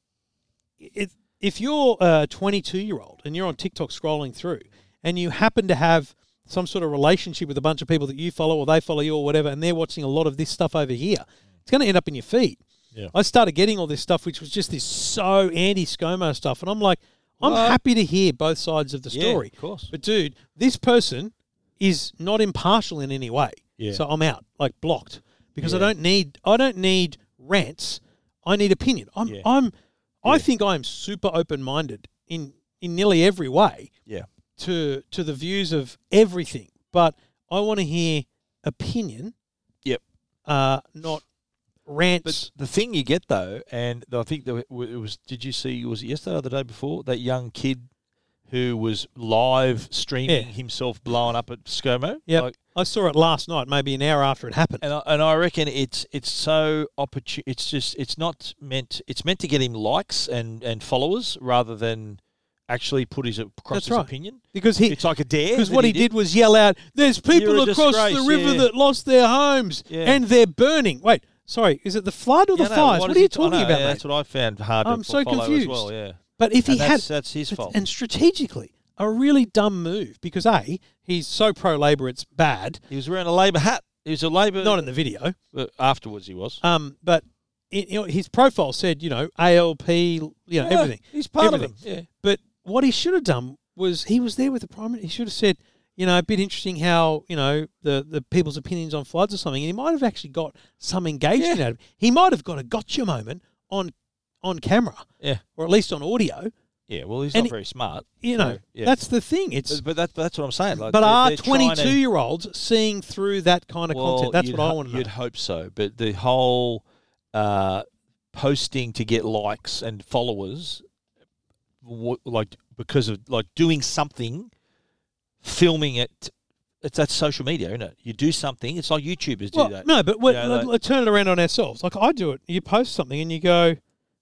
Speaker 1: if if you're a 22 year old and you're on TikTok scrolling through, and you happen to have some sort of relationship with a bunch of people that you follow or they follow you or whatever, and they're watching a lot of this stuff over here, it's going to end up in your feed.
Speaker 2: Yeah.
Speaker 1: I started getting all this stuff, which was just this so anti ScoMo stuff, and I'm like, I'm
Speaker 2: What?
Speaker 1: happy to hear both sides of the
Speaker 2: Yeah,
Speaker 1: story.
Speaker 2: of course.
Speaker 1: But dude, this person is not impartial in any way.
Speaker 2: Yeah.
Speaker 1: So I'm out, like blocked, because I
Speaker 2: Yeah.
Speaker 1: don't need I don't need rants. I need opinion. I'm
Speaker 2: Yeah.
Speaker 1: I'm I think I'm super open minded in in nearly every way
Speaker 2: Yeah.
Speaker 1: to to the views of everything, but I want to hear opinion.
Speaker 2: Yep.
Speaker 1: Uh, not rants.
Speaker 2: But the thing you get though, and I think that it was. Did you see? Was it yesterday or the day before? That young kid who was live streaming
Speaker 1: Yeah.
Speaker 2: himself blowing up at ScoMo.
Speaker 1: yep.
Speaker 2: Like,
Speaker 1: I saw it last night, maybe an hour after it happened.
Speaker 2: and I, and I reckon it's it's so opportune. It's just it's not meant. It's meant to get him likes and and followers rather than actually put his across
Speaker 1: That's
Speaker 2: his
Speaker 1: right.
Speaker 2: opinion.
Speaker 1: Because he
Speaker 2: It's like a dare.
Speaker 1: Because
Speaker 2: that
Speaker 1: what he did. was yell out, "There's people
Speaker 2: You're a
Speaker 1: across the
Speaker 2: disgrace,
Speaker 1: river
Speaker 2: yeah.
Speaker 1: that lost their homes
Speaker 2: Yeah.
Speaker 1: and they're burning." Wait, sorry, is it the flood or
Speaker 2: Yeah,
Speaker 1: the
Speaker 2: no,
Speaker 1: fires? What,
Speaker 2: is
Speaker 1: are you
Speaker 2: he- I
Speaker 1: talking
Speaker 2: know,
Speaker 1: about,
Speaker 2: yeah,
Speaker 1: mate?
Speaker 2: That's what I found hard.
Speaker 1: I'm
Speaker 2: to
Speaker 1: so
Speaker 2: follow
Speaker 1: confused.
Speaker 2: As well, yeah.
Speaker 1: But if he
Speaker 2: And
Speaker 1: had
Speaker 2: that's, that's his fault.
Speaker 1: and strategically, a really dumb move because a he's so pro Labor, it's bad.
Speaker 2: he was wearing a Labor hat. He was a Labor.
Speaker 1: Not in the video,
Speaker 2: but afterwards, he was.
Speaker 1: um, but it, you know, his profile said, you know, ALP, you know, everything.
Speaker 2: He's part
Speaker 1: everything.
Speaker 2: of them.
Speaker 1: But what he should have done was he was there with the prime. He should have said, you know, a bit interesting how you know the the people's opinions on floods or something. And he might have actually got some engagement out of it. He might have got a gotcha moment on on camera
Speaker 2: Yeah. Yeah.
Speaker 1: or at least on audio.
Speaker 2: Yeah. Well, he's
Speaker 1: And
Speaker 2: not
Speaker 1: he-
Speaker 2: very smart.
Speaker 1: You know,
Speaker 2: yeah.
Speaker 1: that's the thing. It's
Speaker 2: But, but that, that's what I'm saying. Like
Speaker 1: but
Speaker 2: they're-
Speaker 1: are
Speaker 2: they're trying
Speaker 1: twenty
Speaker 2: to-
Speaker 1: two year olds seeing through that kind of
Speaker 2: Well,
Speaker 1: content? That's
Speaker 2: you'd
Speaker 1: what I
Speaker 2: ho-
Speaker 1: want to know.
Speaker 2: You'd hope so, but the whole uh, posting to get likes and followers, wha- like because of like doing something, filming it. It's that's social media, isn't it? You do something. It's like YouTubers do
Speaker 1: Well,
Speaker 2: that.
Speaker 1: no, but we
Speaker 2: Yeah,
Speaker 1: let-
Speaker 2: they-
Speaker 1: let's turn it around on ourselves. Like I do it. You post something and you go,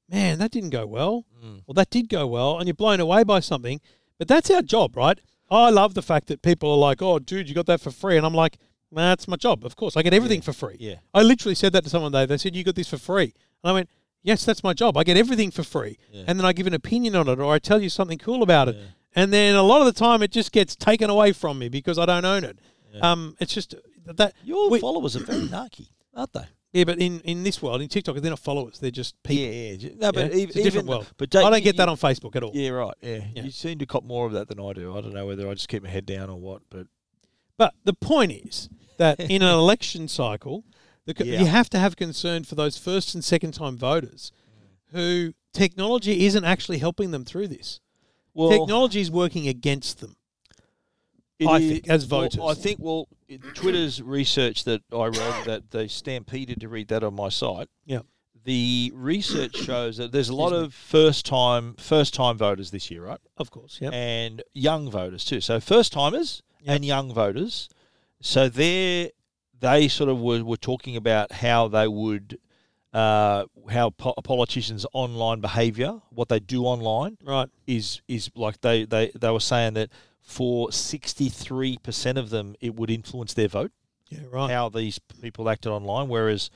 Speaker 1: man, that didn't go well.
Speaker 2: Mm.
Speaker 1: Well, that did go well. And you're blown away by something. But that's our job, right? I love the fact that people are like, oh, dude, you got that for free. And I'm like, nah, it's my job. Of course. I get everything for free.
Speaker 2: yeah.
Speaker 1: I literally said that to someone though. They said, you got this for free. And I went, yes, that's my job. I get everything for free. And then I give an opinion on it or I tell you something cool about it. And then a lot of the time it just gets taken away from me because I don't own it. Um, it's just that
Speaker 2: Your
Speaker 1: we-
Speaker 2: followers are very narky, aren't they?
Speaker 1: yeah, but in, in this world, in TikTok, they're not followers. They're just people.
Speaker 2: Yeah, yeah. No, but
Speaker 1: yeah?
Speaker 2: even,
Speaker 1: it's a different world.
Speaker 2: But
Speaker 1: I don't
Speaker 2: you-
Speaker 1: get that
Speaker 2: you-
Speaker 1: on Facebook at all.
Speaker 2: Yeah, right. Yeah.
Speaker 1: Yeah.
Speaker 2: you seem to cop more of that than I do. I don't know whether I just keep my head down or what, but
Speaker 1: But the point is that in an election cycle, the, co-
Speaker 2: Yeah.
Speaker 1: you have to have concern for those first and second time voters who technology isn't actually helping them through this.
Speaker 2: well,
Speaker 1: technology is working against them. I think, as
Speaker 2: well,
Speaker 1: voters.
Speaker 2: I think well, it- Twitter's research that I read that they stampeded to read that on my site.
Speaker 1: Yeah.
Speaker 2: The research shows that there's a lot
Speaker 1: Excuse me.
Speaker 2: of first time first time voters this year, right?
Speaker 1: Of course. Yeah.
Speaker 2: and young voters too. So first timers
Speaker 1: Yep.
Speaker 2: and young voters. So they they sort of were, were talking about how they would uh, how po- politicians' online behaviour, what they do online,
Speaker 1: Right.
Speaker 2: is is like they they, they were saying that for sixty three percent of them it would influence their vote
Speaker 1: Yeah. Right.
Speaker 2: how these people acted online, whereas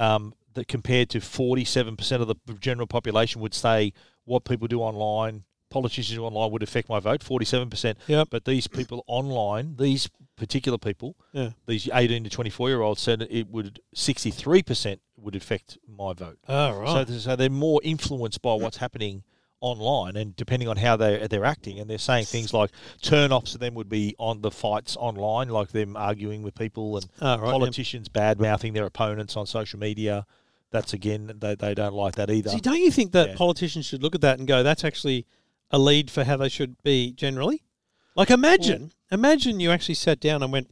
Speaker 2: um, that compared to 47% of the general population would say what people do online, politicians do online would affect my vote, 47%.
Speaker 1: Yep.
Speaker 2: But these people online, these particular people,
Speaker 1: Yeah.
Speaker 2: these 18 to 24 year olds said it would 63% would affect my vote.
Speaker 1: Oh, right. Mm.
Speaker 2: So, so they're more influenced by what's happening online, and depending on how they they're acting, and they're saying things like turn-offs to them would be on the fights online, like them arguing with people and
Speaker 1: Oh, right, yeah.
Speaker 2: politicians bad mouthing their opponents on social media. That's again, they, they don't like that either.
Speaker 1: See, don't you think that
Speaker 2: Yeah.
Speaker 1: politicians should look at that and go, that's actually a lead for how they should be generally? Like, imagine, imagine you actually sat down and went,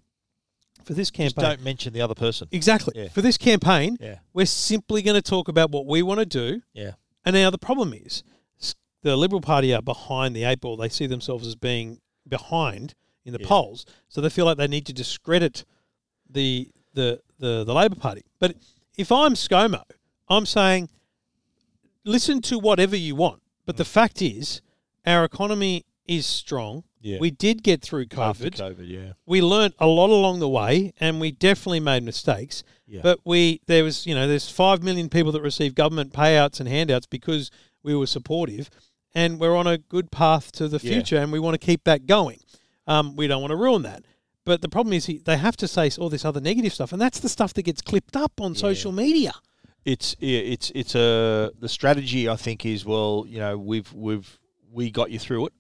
Speaker 1: for this
Speaker 2: Just
Speaker 1: campaign.
Speaker 2: don't mention the other person.
Speaker 1: Exactly.
Speaker 2: Yeah.
Speaker 1: For this campaign,
Speaker 2: Yeah.
Speaker 1: we're simply going to talk about what we want to do.
Speaker 2: Yeah,
Speaker 1: And now the problem is s- the Liberal Party are behind the eight ball. They see themselves as being behind in the polls. So they feel like they need to discredit the the the, the Labor Party. But if I'm ScoMo, I'm saying listen to whatever you want. But
Speaker 2: Mm.
Speaker 1: the fact is our economy is strong.
Speaker 2: Yeah.
Speaker 1: We did get through
Speaker 2: after
Speaker 1: COVID
Speaker 2: COVID, yeah,
Speaker 1: we learnt a lot along the way and we definitely made mistakes
Speaker 2: Yeah.
Speaker 1: but we there was you know there's 5 million people that receive government payouts and handouts because we were supportive and we're on a good path to the
Speaker 2: Yeah.
Speaker 1: future and we want to keep that going um, we don't want to ruin that but the problem is he- they have to say all this other negative stuff and that's the stuff that gets clipped up on social media
Speaker 2: it's yeah, it's it's a the strategy I think is well, you know, we've we've we got you through it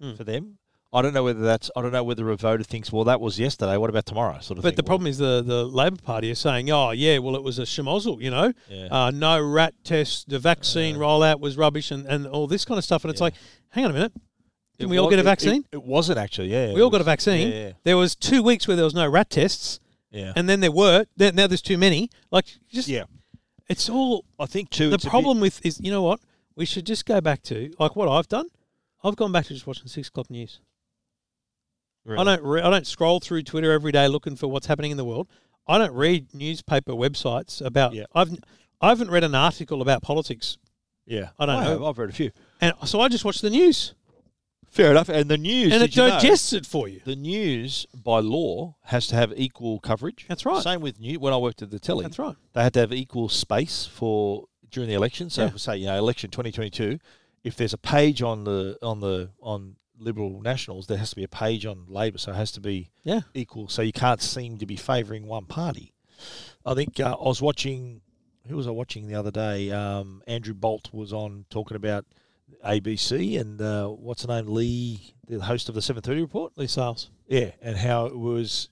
Speaker 1: Hmm.
Speaker 2: for them. I don't know whether that's I don't know whether a voter thinks well that was yesterday. What about tomorrow? Sort of.
Speaker 1: But
Speaker 2: thing.
Speaker 1: the problem is the the Labor Party is saying, oh yeah, well it was a schmozzle, you know,
Speaker 2: Yeah.
Speaker 1: uh, no rat tests, the vaccine rollout was rubbish, and, and all this kind of stuff. And it's like, hang on a minute,
Speaker 2: It
Speaker 1: did we all
Speaker 2: wa-
Speaker 1: get a
Speaker 2: it-
Speaker 1: vaccine?
Speaker 2: It, it wasn't actually. Yeah,
Speaker 1: we all got a vaccine.
Speaker 2: Yeah, yeah,
Speaker 1: There was two weeks where there was no rat tests,
Speaker 2: yeah.
Speaker 1: and then there were. There, now there's too many. Like just
Speaker 2: yeah.
Speaker 1: it's all
Speaker 2: I think too.
Speaker 1: the
Speaker 2: it's a bit-
Speaker 1: problem with is you know what we should just go back to like what I've done. I've gone back to just watching six o'clock news.
Speaker 2: Really.
Speaker 1: I don't re- I don't scroll through Twitter every day looking for what's happening in the world. I don't read newspaper websites about.
Speaker 2: Yeah.
Speaker 1: I've I haven't read an article about politics,
Speaker 2: Yeah,
Speaker 1: I don't know.
Speaker 2: have. I've read a few.
Speaker 1: and so I just watch the news
Speaker 2: Fair enough. And the news
Speaker 1: and it
Speaker 2: did you know,
Speaker 1: digests it for you.
Speaker 2: the news by law has to have equal coverage.
Speaker 1: That's right.
Speaker 2: Same with news. When I worked at the telly,
Speaker 1: That's right.
Speaker 2: They had to have equal space for during the election. So
Speaker 1: Yeah.
Speaker 2: if we say you know election 2022, if there's a page on the on the on Liberal Nationals, there has to be a page on Labor. So it has to be
Speaker 1: Yeah.
Speaker 2: equal. So you can't seem to be favouring one party. I think uh, I was watching. Who was I watching the other day? Um, Andrew Bolt was on talking about ABC and uh, what's her name, Lee, the host of the Seven Thirty Report.
Speaker 1: Lee Sales.
Speaker 2: Yeah, and how it was.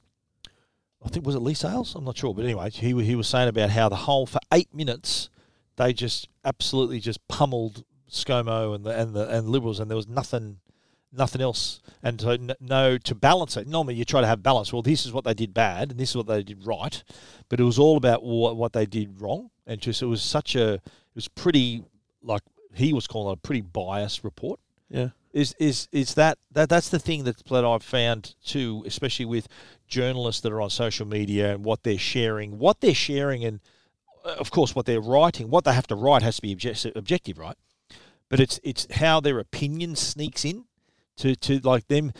Speaker 2: I think was it Lee Sales? I'm not sure, but anyway, he wa- he was saying about how the whole for eight minutes they just absolutely just pummeled ScoMo and the and the and Liberals, and there was nothing nothing else. And so n- no to balance it. Normally you try to have balance. Well, this is what they did bad, and this is what they did right, but it was all about what what they did wrong, and just it was such a was pretty like he was calling it a pretty biased report.
Speaker 1: Yeah.
Speaker 2: Is is is that, that that's the thing that that I've found too, especially with journalists that are on social media and what they're sharing, what they're sharing, and uh, of course what they're writing, what they have to write has to be objective, objective right? But it's it's how their opinion sneaks in to to like them.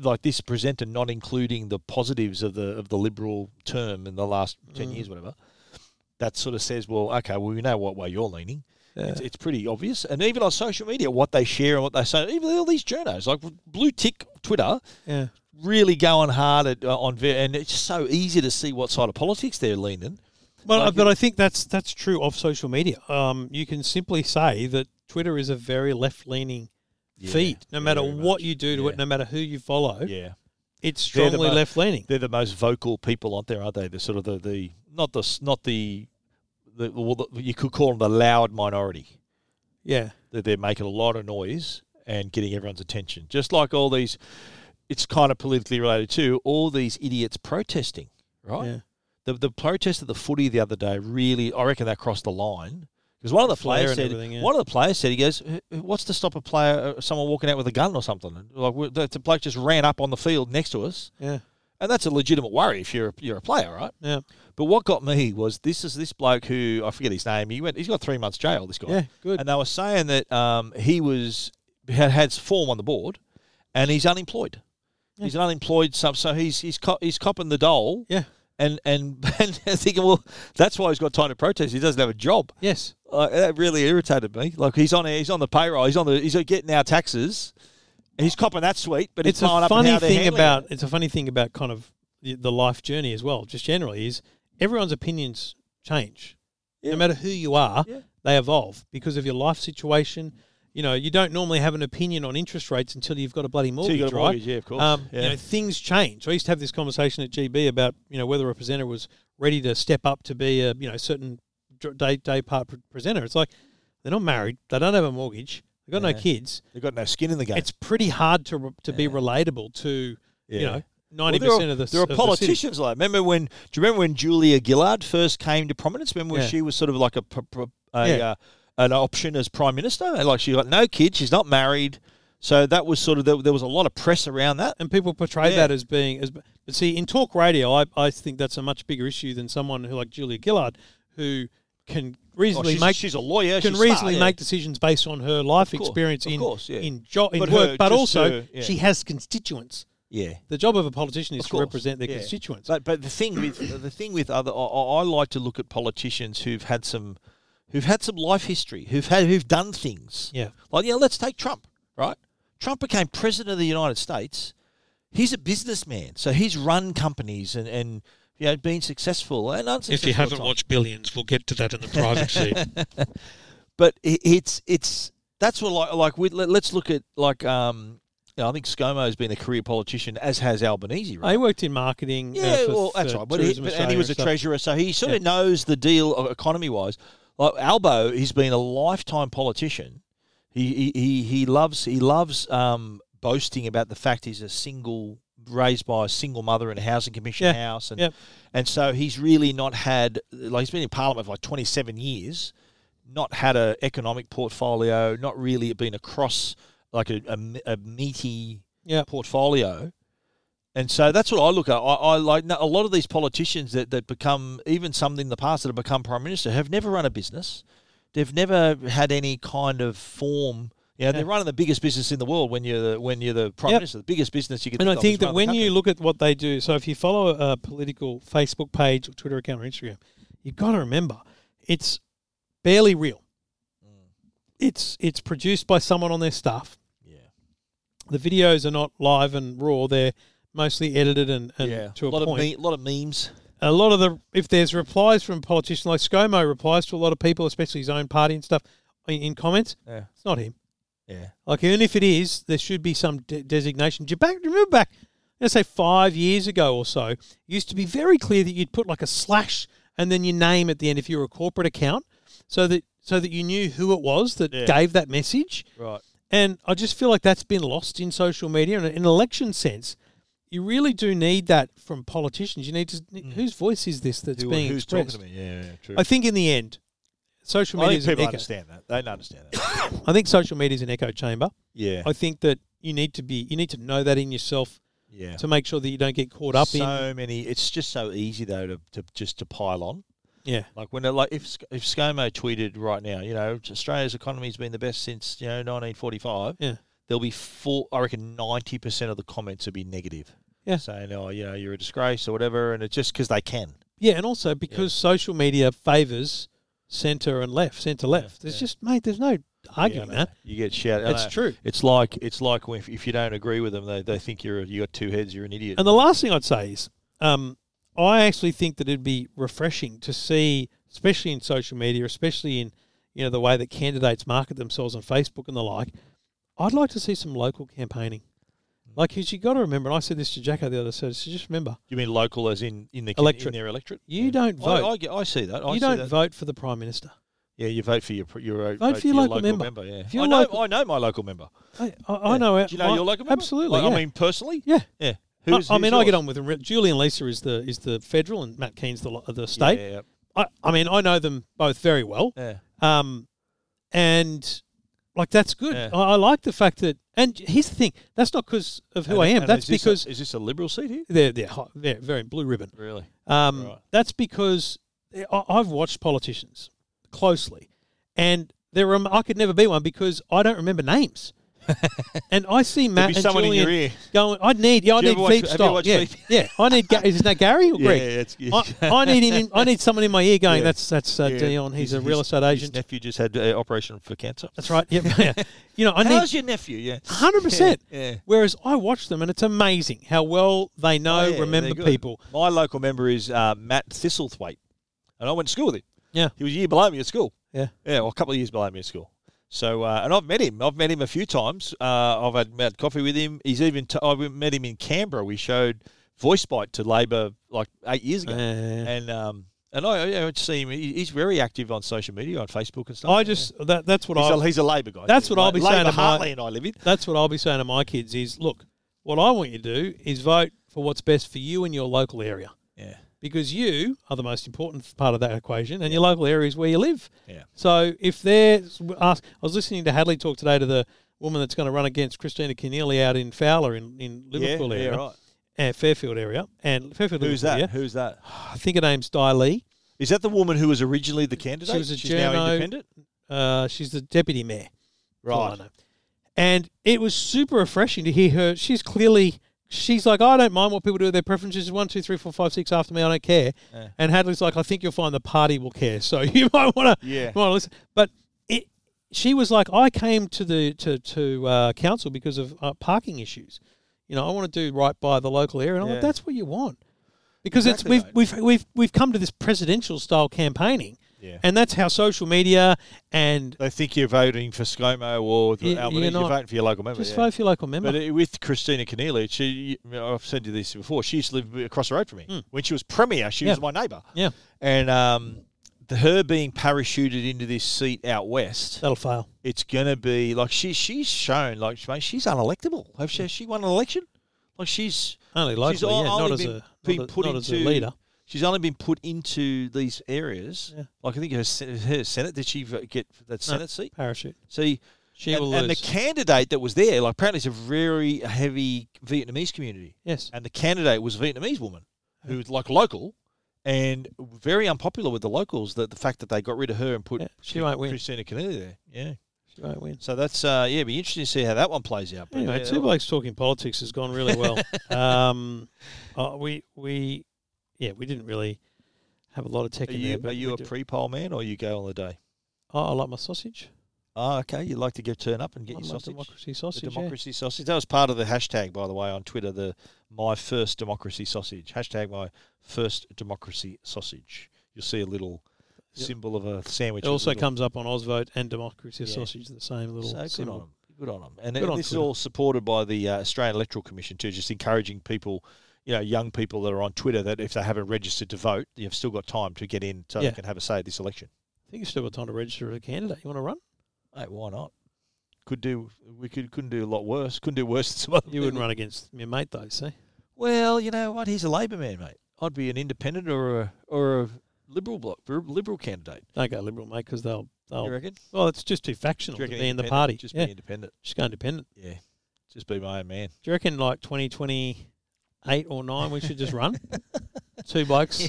Speaker 2: Like this presenter, not including the positives of the of the liberal term in the last ten years, whatever, that sort of says, well, okay, well, we know what way you're leaning. It's, it's pretty obvious. And even on social media, what they share and what they say, even all these journos, like blue tick Twitter,
Speaker 1: Yeah.
Speaker 2: really going hard at, uh, on, ver- and it's just so easy to see what side of politics they're leaning.
Speaker 1: Well,
Speaker 2: Like
Speaker 1: but I think that's that's true of social media. Um, you can simply say that Twitter is a very left-leaning feed. No matter
Speaker 2: very
Speaker 1: what
Speaker 2: much.
Speaker 1: you do to
Speaker 2: Yeah.
Speaker 1: it, no matter who you follow,
Speaker 2: Yeah.
Speaker 1: it's
Speaker 2: They're the
Speaker 1: strongly
Speaker 2: mo-
Speaker 1: left-leaning.
Speaker 2: They're the most vocal people out there, aren't they? They're sort of the, the not the, s- not the, the, well, the, you could call them the loud minority.
Speaker 1: Yeah.
Speaker 2: that they're making a lot of noise and getting everyone's attention. Just like all these, it's kind of politically related too. All these idiots protesting, right?
Speaker 1: Yeah.
Speaker 2: The the protest of the footy the other day really, I reckon that crossed the line because one of the
Speaker 1: The flare
Speaker 2: players
Speaker 1: and
Speaker 2: said,
Speaker 1: everything, yeah.
Speaker 2: one of the players said, he goes, "Wh- "What's to stop a player, uh, someone walking out with a gun or something?" Like we- the the bloke just ran up on the field next to us,
Speaker 1: Yeah.
Speaker 2: and that's a legitimate worry if you're a- you're a player, right?
Speaker 1: Yeah.
Speaker 2: But what got me was this is this bloke who I forget his name. He went. He's got three months jail. This guy.
Speaker 1: Yeah, good.
Speaker 2: And they were saying that um, he was had, had form on the board, and he's unemployed. He's an unemployed sub, so he's he's co- he's copping the dole.
Speaker 1: Yeah.
Speaker 2: And and and thinking, well, that's why he's got time to protest. He doesn't have a job.
Speaker 1: Yes.
Speaker 2: Like, that really irritated me. Like he's on he's on the payroll. He's on the he's getting our taxes. He's copping that sweet, but
Speaker 1: it's
Speaker 2: he's blowing
Speaker 1: a
Speaker 2: up on
Speaker 1: funny
Speaker 2: how they're
Speaker 1: thing
Speaker 2: handling it.
Speaker 1: about it's a funny thing about kind of the, the life journey as well just generally is everyone's opinions change
Speaker 2: Yeah.
Speaker 1: no matter who you are
Speaker 2: Yeah.
Speaker 1: they evolve because of your life situation you know you don't normally have an opinion on interest rates until you've got a bloody mortgage
Speaker 2: you've got a
Speaker 1: right
Speaker 2: mortgage, yeah, of course.
Speaker 1: um,
Speaker 2: Yeah.
Speaker 1: you know things change i used to have this conversation at gb about you know whether a presenter was ready to step up to be a you know certain dr- day day part pre- presenter it's like they're not married they don't have a mortgage they've got
Speaker 2: Yeah.
Speaker 1: no kids
Speaker 2: They've got no skin in the game.
Speaker 1: it's pretty hard to re- to be relatable to
Speaker 2: Yeah.
Speaker 1: you know
Speaker 2: Well,
Speaker 1: ninety
Speaker 2: there are-
Speaker 1: percent of the
Speaker 2: There are
Speaker 1: of the city.
Speaker 2: politicians like. Remember when? Do you remember when Julia Gillard first came to prominence? Remember when
Speaker 1: Yeah.
Speaker 2: she was sort of like a, pr- pr- a
Speaker 1: Yeah.
Speaker 2: uh, an option as prime minister, and like she got no kids, she's not married, so that was sort of there, there was a lot of press around that.
Speaker 1: and people portray
Speaker 2: Yeah.
Speaker 1: that as being as. But see, in talk radio, I, I think that's a much bigger issue than someone who like Julia Gillard, who can
Speaker 2: Oh,
Speaker 1: reasonably
Speaker 2: she's,
Speaker 1: make
Speaker 2: she's a lawyer.
Speaker 1: can
Speaker 2: she's smart,
Speaker 1: reasonably
Speaker 2: yeah.
Speaker 1: make decisions based on her life
Speaker 2: Of course,
Speaker 1: experience
Speaker 2: of
Speaker 1: in
Speaker 2: course, yeah.
Speaker 1: in job in
Speaker 2: But her-
Speaker 1: work, but
Speaker 2: just
Speaker 1: also
Speaker 2: her- yeah.
Speaker 1: she has constituents.
Speaker 2: yeah.
Speaker 1: The job of a politician is
Speaker 2: Of
Speaker 1: to
Speaker 2: course,
Speaker 1: represent their
Speaker 2: yeah.
Speaker 1: constituents.
Speaker 2: But but the thing with the thing with other, I, I I like to look at politicians who've had some, who've had some life history, who've had who've done things.
Speaker 1: Yeah.
Speaker 2: Like you know, let's take Trump. Right. Trump became president of the United States. He's a businessman, so he's run companies and and you know been successful and unsuccessful.
Speaker 5: If you
Speaker 2: at
Speaker 5: haven't
Speaker 2: times.
Speaker 5: watched Billions, we'll get to that in the private feed.
Speaker 2: but it, it's it's that's what like like we let, let's look at like um. you know, I think ScoMo has been a career politician, as has Albanese, right?
Speaker 1: I worked in marketing. uh,
Speaker 2: Yeah,
Speaker 1: for-
Speaker 2: well, that's
Speaker 1: for
Speaker 2: right. But he,
Speaker 1: Tourism
Speaker 2: but, and he
Speaker 1: Australia
Speaker 2: was a
Speaker 1: stuff.
Speaker 2: treasurer, so he sort of knows the deal economy wise. Like Albo, he's been a lifetime politician. He he he, he loves he loves um, boasting about the fact he's a single raised by a single mother in a housing commission
Speaker 1: Yeah,
Speaker 2: house, and
Speaker 1: yep.
Speaker 2: and so he's really not had like he's been in parliament for like twenty seven years, not had a economic portfolio, not really been across like a, a, a meaty
Speaker 1: Yeah.
Speaker 2: portfolio. And so that's what I look at. I, I like no, a lot of these politicians that, that become even some in the past that have become prime minister have never run a business. They've never had any kind of form. You know, they're running the biggest business in the world when you're the, when you're the prime
Speaker 1: Yep.
Speaker 2: minister, the biggest business you can.
Speaker 1: And I
Speaker 2: of is
Speaker 1: think that
Speaker 2: running the
Speaker 1: when
Speaker 2: country.
Speaker 1: you look at what they do, so if you follow a political Facebook page or Twitter account or Instagram, you've got to remember it's barely real.
Speaker 2: Mm.
Speaker 1: It's it's produced by someone on their staff.
Speaker 2: yeah,
Speaker 1: The videos are not live and raw; they're mostly edited and, and
Speaker 2: yeah,
Speaker 1: to a,
Speaker 2: lot
Speaker 1: point.
Speaker 2: of me- lot of memes.
Speaker 1: a lot of the if there's replies from politicians like ScoMo replies to a lot of people, especially his own party and stuff, in, in comments.
Speaker 2: Yeah.
Speaker 1: It's not him.
Speaker 2: Yeah,
Speaker 1: Like, even if it is, there should be some de- designation. Do you back, remember back, let's say five years ago or so, it used to be very clear that you'd put like a slash and then your name at the end if you were a corporate account, so that so that you knew who it was that
Speaker 2: Yeah.
Speaker 1: gave that message.
Speaker 2: right.
Speaker 1: And I just feel like that's been lost in social media. And in an election sense, you really do need that from politicians. You need to whose voice is this that's
Speaker 2: Mm. Who-
Speaker 1: being
Speaker 2: who's
Speaker 1: expressed?
Speaker 2: talking to me? Yeah, yeah, true.
Speaker 1: I think in the end, social
Speaker 2: I
Speaker 1: media
Speaker 2: think
Speaker 1: is an
Speaker 2: people
Speaker 1: echo.
Speaker 2: understand that. They understand that.
Speaker 1: I think social media is an echo chamber.
Speaker 2: Yeah.
Speaker 1: I think that you need to be you need to know that in yourself
Speaker 2: Yeah.
Speaker 1: to make sure that you don't get caught up in
Speaker 2: so many. It's just so easy though to, to just to pile on.
Speaker 1: yeah
Speaker 2: Like when they're like if Sc- if ScoMo tweeted right now, you know, Australia's economy has been the best since you know 1945.
Speaker 1: Yeah.
Speaker 2: There'll be four. I reckon 90 percent of the comments will be negative.
Speaker 1: Yeah.
Speaker 2: Saying oh you know you're a disgrace or whatever, and it's just because they can.
Speaker 1: yeah, and also because social media favors centre and left, centre left. There's
Speaker 2: yeah.
Speaker 1: just mate, there's no arguing
Speaker 2: Yeah, I know.
Speaker 1: that.
Speaker 2: You get shouted. I
Speaker 1: It's
Speaker 2: know.
Speaker 1: true.
Speaker 2: It's like it's like if, if you don't agree with them, they, they think you're a- you got two heads. You're an idiot.
Speaker 1: And the last thing I'd say is, um, I actually think that it'd be refreshing to see, especially in social media, especially in you know the way that candidates market themselves on Facebook and the like. I'd like to see some local campaigning.
Speaker 2: Mm.
Speaker 1: Like, 'cause you got to remember, and I said this to Jacko the other day. So just remember,
Speaker 2: you mean local as in in the
Speaker 1: Electorate.
Speaker 2: in their electorate?
Speaker 1: you don't
Speaker 2: I,
Speaker 1: vote.
Speaker 2: I, get- I see that. I
Speaker 1: you
Speaker 2: see
Speaker 1: don't
Speaker 2: that.
Speaker 1: vote for the prime minister.
Speaker 2: Yeah, you vote for your pr- your vote,
Speaker 1: for your local member.
Speaker 2: yeah.
Speaker 1: If your
Speaker 2: I know
Speaker 1: local-
Speaker 2: I know my local member.
Speaker 1: I, I, I know.
Speaker 2: Do you know
Speaker 1: I-
Speaker 2: your local member?
Speaker 1: Absolutely.
Speaker 2: Like,
Speaker 1: yeah.
Speaker 2: I mean personally?
Speaker 1: yeah.
Speaker 2: Yeah.
Speaker 1: I, I mean, I get
Speaker 2: yours?
Speaker 1: on with them. re- Julian Lisa is the is the federal, and Matt Keane's the lo- the
Speaker 2: Yeah,
Speaker 1: state.
Speaker 2: Yeah,
Speaker 1: I, I mean, I know them both very well.
Speaker 2: yeah.
Speaker 1: Um, and like that's good.
Speaker 2: Yeah.
Speaker 1: I, I like the fact that. And here's the thing: that's not because of who
Speaker 2: And-
Speaker 1: I am.
Speaker 2: and
Speaker 1: That's
Speaker 2: is this a-
Speaker 1: because
Speaker 2: is this a liberal seat here?
Speaker 1: they're they're hot, they're very blue ribbon.
Speaker 2: Really?
Speaker 1: Um,
Speaker 2: Right.
Speaker 1: That's because eh, I, I've watched politicians closely, and there are I could never be one because I don't remember names. and I see Matt
Speaker 2: be
Speaker 1: and
Speaker 2: someone in
Speaker 1: Julian
Speaker 2: your ear.
Speaker 1: going. I need yeah. I
Speaker 2: Do
Speaker 1: need
Speaker 2: you ever watch-
Speaker 1: deep
Speaker 2: have you
Speaker 1: stock.
Speaker 2: watched
Speaker 1: Yeah,
Speaker 2: Veep?
Speaker 1: yeah. I need. Ga- Is his name Gary or Greg?
Speaker 2: yeah, it's-
Speaker 1: I, I need him. In, I need someone in my ear going.
Speaker 2: Yeah.
Speaker 1: That's that's uh,
Speaker 2: yeah.
Speaker 1: Dion. He's,
Speaker 2: His-
Speaker 1: a real
Speaker 2: his-
Speaker 1: estate agent.
Speaker 2: His nephew just had uh, operation for cancer.
Speaker 1: That's right. Yeah, yeah. You know, I need
Speaker 2: How's your nephew? Yeah.
Speaker 1: hundred percent.
Speaker 2: Yeah. Oh,
Speaker 1: Whereas I watch them, and it's amazing how well they know,
Speaker 2: Yeah, they're
Speaker 1: remember
Speaker 2: good.
Speaker 1: people.
Speaker 2: My local member is uh, Matt Thistlethwaite, and I went to school with him.
Speaker 1: Yeah.
Speaker 2: He was a year below me at school.
Speaker 1: Yeah.
Speaker 2: Yeah, well, a couple of years below me at school. So, uh, and I've met him. I've met him a few times. Uh, I've had, had coffee with him. He's even. T- I met him in Canberra. We showed voice bite to Labor like eight years ago,
Speaker 1: Yeah.
Speaker 2: and um, and I, I would see him. He- He's very active on social media, on Facebook and stuff.
Speaker 1: I just that that's what
Speaker 2: He's
Speaker 1: I
Speaker 2: a, he's a Labor guy.
Speaker 1: That's what I'll be saying
Speaker 2: Labor
Speaker 1: to my-
Speaker 2: Heartland I live in.
Speaker 1: that's what I'll be saying to my kids is look, what I want you to do is vote for what's best for you and your local area.
Speaker 2: Yeah.
Speaker 1: Because you are the most important part of that equation, and your local area is where you live.
Speaker 2: Yeah.
Speaker 1: So if they're ask, I was listening to Hadley talk today to the woman that's going to run against Christina Keneally out in Fowler in, in Liverpool
Speaker 2: yeah,
Speaker 1: area.
Speaker 2: yeah, right.
Speaker 1: and Fairfield area. And Fairfield
Speaker 2: Who's
Speaker 1: Liverpool,
Speaker 2: that?
Speaker 1: yeah.
Speaker 2: Who's that?
Speaker 1: I think her name's Di Lee.
Speaker 2: Is that the woman who was originally the candidate?
Speaker 1: She was a
Speaker 2: She's now
Speaker 1: journo.
Speaker 2: independent.
Speaker 1: Uh, she's the deputy mayor. for all I
Speaker 2: Right.
Speaker 1: know. And it was super refreshing to hear her. She's clearly, she's like, I don't mind what people do with their preferences. One, two, three, four, five, six after me. I don't care.
Speaker 2: Yeah.
Speaker 1: And Hadley's like, I think you'll find the party will care. So you might want to,
Speaker 2: Yeah.
Speaker 1: want to listen. But it, she was like, I came to the to to uh, council because of uh, parking issues. You know, I want to do right by the local area. And I'm
Speaker 2: Yeah.
Speaker 1: like, that's what you want. Because
Speaker 2: Exactly
Speaker 1: it's we've, we've we've we've come to this presidential style campaigning,
Speaker 2: Yeah.
Speaker 1: and that's how social media and
Speaker 2: They think you're voting for ScoMo or the
Speaker 1: You-
Speaker 2: Albanese.
Speaker 1: you're
Speaker 2: You're,
Speaker 1: not.
Speaker 2: voting for your local member.
Speaker 1: just
Speaker 2: yeah.
Speaker 1: vote for your local member.
Speaker 2: But it, with Christina Keneally, she, you- I've said you this before, she used to live across the road from me. When she was Premier, she was
Speaker 1: Hmm. Yeah.
Speaker 2: my neighbour.
Speaker 1: yeah,
Speaker 2: And um, the, her being parachuted into this seat out west,
Speaker 1: that'll fail.
Speaker 2: it's going to be like she, she's shown, like, mate, she's unelectable. Have she, has she won an election? Like, she's.
Speaker 1: Only locally,
Speaker 2: she's o-
Speaker 1: yeah.
Speaker 2: only
Speaker 1: Not as
Speaker 2: been,
Speaker 1: a not,
Speaker 2: been
Speaker 1: a-
Speaker 2: put
Speaker 1: not as a
Speaker 2: into,
Speaker 1: leader.
Speaker 2: She's only been put into these areas.
Speaker 1: Yeah.
Speaker 2: Like I think her, sen- her senate did she v- get that senate seat?
Speaker 1: Parachute.
Speaker 2: See,
Speaker 1: She
Speaker 2: and,
Speaker 1: will
Speaker 2: and the
Speaker 1: lose.
Speaker 2: candidate that was there, like apparently, it's a very heavy Vietnamese community,
Speaker 1: yes.
Speaker 2: and the candidate was a Vietnamese woman who was like local and very unpopular with the locals. That the fact that they got rid of her and put
Speaker 1: Yeah, she won't win.
Speaker 2: Christina Keneally there, yeah.
Speaker 1: She won't win.
Speaker 2: So that's uh, yeah, it'd be interesting to see how that one plays out. But
Speaker 1: Anyway,
Speaker 2: yeah,
Speaker 1: two blokes talking politics has gone really well. um, uh, we we yeah we didn't really have a lot of tech
Speaker 2: Are
Speaker 1: in
Speaker 2: you
Speaker 1: there. But
Speaker 2: are you
Speaker 1: we
Speaker 2: a
Speaker 1: do-
Speaker 2: pre poll man or you go on the day?
Speaker 1: oh, I like my sausage.
Speaker 2: Oh, okay. You like to get turn up and get
Speaker 1: I
Speaker 2: your
Speaker 1: like
Speaker 2: sausage.
Speaker 1: democracy
Speaker 2: The
Speaker 1: sausage. yeah.
Speaker 2: democracy sausage. That was part of the hashtag, by the way, on Twitter. The my first democracy sausage hashtag my first democracy sausage. You'll see a little
Speaker 1: Yep.
Speaker 2: symbol of a sandwich.
Speaker 1: It
Speaker 2: with
Speaker 1: also
Speaker 2: little-
Speaker 1: comes up on Ausvote and democracy
Speaker 2: Yeah.
Speaker 1: sausage. The same little
Speaker 2: So good
Speaker 1: symbol.
Speaker 2: on them. Good on 'em. And
Speaker 1: Good
Speaker 2: it-
Speaker 1: on
Speaker 2: this is
Speaker 1: Twitter.
Speaker 2: all supported by the uh, Australian Electoral Commission too, just encouraging people, you know, young people that are on Twitter that if they haven't registered to vote, you've still got time to get in so
Speaker 1: Yeah.
Speaker 2: they can have a say at this election.
Speaker 1: I think you still got time to register as a candidate. You want to run?
Speaker 2: Hey, why not? Could do. We could couldn't do a lot worse. Couldn't do worse than some other.
Speaker 1: You wouldn't
Speaker 2: people.
Speaker 1: run against your mate though. See,
Speaker 2: Well, you know what? He's a Labor man, mate. I'd be an independent or a or a liberal bloc, liberal candidate.
Speaker 1: Don't go liberal, mate, because they'll
Speaker 2: You
Speaker 1: they'll.
Speaker 2: reckon?
Speaker 1: Well, it's just too
Speaker 2: Do
Speaker 1: factional
Speaker 2: you
Speaker 1: to
Speaker 2: reckon
Speaker 1: Oh, be in the
Speaker 2: independent?
Speaker 1: party.
Speaker 2: Just
Speaker 1: yeah,
Speaker 2: be independent.
Speaker 1: just go independent.
Speaker 2: Yeah, just be my own man.
Speaker 1: Do you reckon like twenty twenty eight or nine we should just run two blokes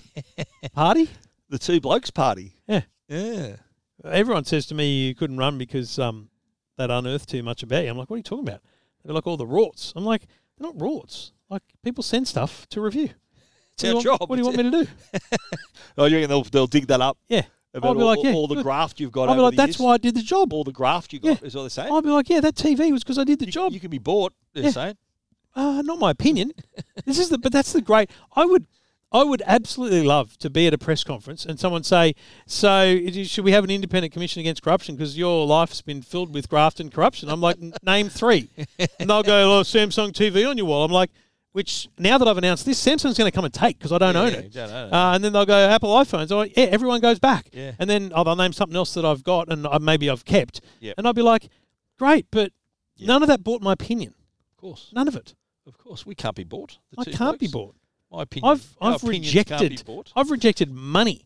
Speaker 1: party?
Speaker 2: The two blokes party.
Speaker 1: Yeah.
Speaker 2: yeah.
Speaker 1: Everyone says to me you couldn't run because um they'd unearthed too much about you. I'm like, what are you talking about? They're like all the rorts. I'm like, they're not rorts. Like people send stuff to review. What
Speaker 2: It's
Speaker 1: do you
Speaker 2: our
Speaker 1: want-
Speaker 2: job.
Speaker 1: What do you want me to do?
Speaker 2: Oh, you reckon they'll, they'll dig that up
Speaker 1: Yeah.
Speaker 2: about
Speaker 1: I'll be
Speaker 2: all,
Speaker 1: like, yeah,
Speaker 2: all the
Speaker 1: good.
Speaker 2: graft you've got?
Speaker 1: I'll be
Speaker 2: over
Speaker 1: like,
Speaker 2: the
Speaker 1: that's
Speaker 2: years?
Speaker 1: why I did the job.
Speaker 2: all the graft you got is what they're saying.
Speaker 1: I'll be like, yeah, that TV was because I did the
Speaker 2: you,
Speaker 1: job.
Speaker 2: you can be bought. They're
Speaker 1: Yeah.
Speaker 2: saying.
Speaker 1: uh, not my opinion. this is the but that's the great. I would I would absolutely love to be at a press conference and someone say, "So it is- should we have an independent commission against corruption because your life's been filled with graft and corruption?" I'm like, "N- "Name three," and they'll go, "Oh, Samsung TV on your wall." I'm like. Which now that I've announced this, Samsung's going to come and take because I don't
Speaker 2: Yeah,
Speaker 1: own
Speaker 2: yeah,
Speaker 1: it.
Speaker 2: you don't own it.
Speaker 1: Uh, and then they'll go Apple iPhones. Oh, yeah, everyone goes back.
Speaker 2: Yeah.
Speaker 1: And then oh, they'll name something else that I've got and uh, maybe I've kept.
Speaker 2: Yep.
Speaker 1: And I'll be like, great, but
Speaker 2: Yeah.
Speaker 1: none of that bought my opinion.
Speaker 2: Of course,
Speaker 1: None of it.
Speaker 2: of course, we can't be bought. The
Speaker 1: I
Speaker 2: two
Speaker 1: can't be
Speaker 2: blokes.
Speaker 1: bought.
Speaker 2: My opinion.
Speaker 1: I've
Speaker 2: our
Speaker 1: I've
Speaker 2: opinions can't be
Speaker 1: rejected
Speaker 2: bought.
Speaker 1: I've rejected money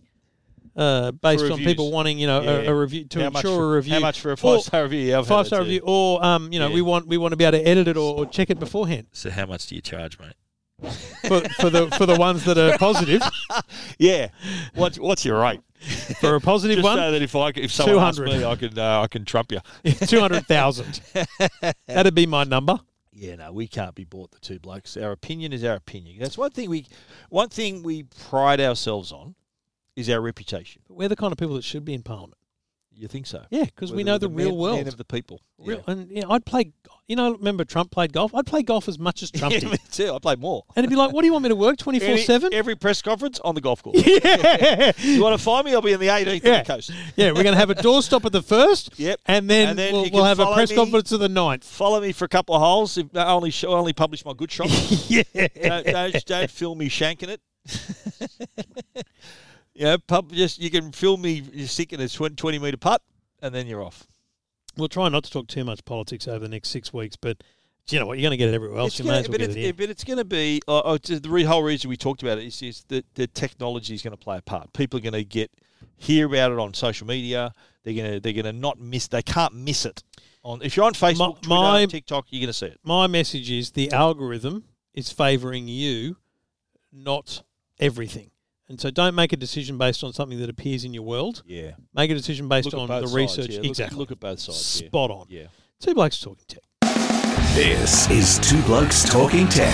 Speaker 1: uh, based on
Speaker 2: reviews.
Speaker 1: people wanting you know
Speaker 2: Yeah.
Speaker 1: a, a review to
Speaker 2: how much
Speaker 1: ensure
Speaker 2: for,
Speaker 1: a review.
Speaker 2: How much for a
Speaker 1: Or-
Speaker 2: five star review? Yeah, I've heard
Speaker 1: Five star
Speaker 2: that too.
Speaker 1: review, or um, you know,
Speaker 2: Yeah.
Speaker 1: we want we want to be able to edit it or, or check it beforehand
Speaker 6: So how much do you charge, mate?
Speaker 1: for, for the for the ones that are positive.
Speaker 2: Yeah. What's what's your rate?
Speaker 1: For a positive
Speaker 2: Just
Speaker 1: one,
Speaker 2: so that if I c- if someone asked
Speaker 1: 200.
Speaker 2: me, I could uh, I can trump you.
Speaker 1: two hundred thousand. That'd be my number.
Speaker 2: Yeah, no, we can't be bought the two blokes. Our opinion is our opinion. That's one thing we one thing we pride ourselves on is our reputation.
Speaker 1: But we're the kind of people that should be in parliament.
Speaker 2: You think so?
Speaker 1: Yeah, because we
Speaker 2: We're
Speaker 1: know the,
Speaker 2: men-
Speaker 1: real world.
Speaker 2: men of the people.
Speaker 1: Real- And you know, I'd play. You know, remember Trump played golf. I'd play golf as much as Trump
Speaker 2: Yeah,
Speaker 1: did.
Speaker 2: me too. I play more.
Speaker 1: And it'd be like, what do you want me to work twenty four
Speaker 2: Any-
Speaker 1: seven?
Speaker 2: Every press conference on the golf course.
Speaker 1: Yeah,
Speaker 2: you want to find me? I'll be in the 18th
Speaker 1: Yeah.
Speaker 2: on the coast.
Speaker 1: yeah, we're going to have a doorstop at the first.
Speaker 2: Yep.
Speaker 1: And then,
Speaker 2: And then
Speaker 1: we'll,
Speaker 2: you
Speaker 1: we'll
Speaker 2: can
Speaker 1: have a
Speaker 2: follow
Speaker 1: press
Speaker 2: me.
Speaker 1: conference of the ninth.
Speaker 2: Follow me for a couple of holes. If I only show, I only publish my good shots.
Speaker 1: yeah.
Speaker 2: don't, don't, don't film me shanking it. you know, pub, just you can film me just sinking a 20, meter putt, and then you're off.
Speaker 1: We'll try not to talk too much politics over the next six weeks, but do you know what? You're going to get it everywhere else.
Speaker 2: It's
Speaker 1: you
Speaker 2: gonna-
Speaker 1: may as well
Speaker 2: but,
Speaker 1: get
Speaker 2: it's,
Speaker 1: it here.
Speaker 2: but it's going to be uh, uh, just the re- whole reason we talked about it is, is that the technology is going to play a part. People are going to get hear about it on social media. They're going to they're going to not miss. They can't miss it. On if you're on Facebook, Twitter,
Speaker 1: my-
Speaker 2: TikTok, you're going to see it.
Speaker 1: My message is the algorithm is favouring you, not everything. And so don't make a decision based on something that appears in your world.
Speaker 2: Yeah,
Speaker 1: Make a decision based
Speaker 2: look at
Speaker 1: on
Speaker 2: both
Speaker 1: the
Speaker 2: sides,
Speaker 1: research.
Speaker 2: yeah. Look-
Speaker 1: exactly.
Speaker 2: Look, at both sides. yeah.
Speaker 1: Spot on.
Speaker 2: Yeah.
Speaker 1: Two blokes talking tech.
Speaker 3: This is Two Blokes Talking Tech.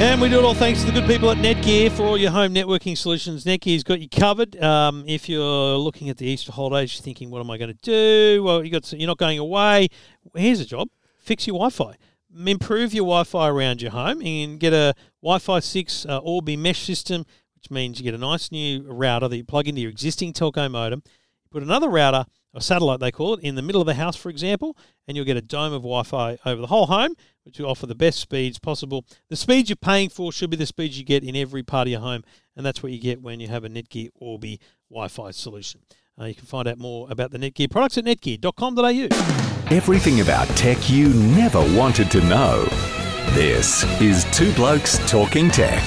Speaker 1: And we do it all thanks to the good people at Netgear for all your home networking solutions. Netgear's got you covered. Um, if you're looking at the Easter holidays, you're thinking, "What am I going to do?" Well, you got some, you're not going away. Here's a job: fix your Wi-Fi, M- improve your Wi-Fi around your home, and get a Wi-Fi six uh, Orbi mesh system, which means you get a nice new router that you plug into your existing telco modem. Put another router, a satellite they call it, in the middle of the house, for example, and you'll get a dome of Wi Fi over the whole home, which will offer the best speeds possible. The speeds you're paying for should be the speeds you get in every part of your home, and that's what you get when you have a Netgear Orbi Wi Fi solution. Uh, you can find out more about the Netgear products at netgear.com.au.
Speaker 3: Everything about tech you never wanted to know. This is Two Blokes Talking Tech.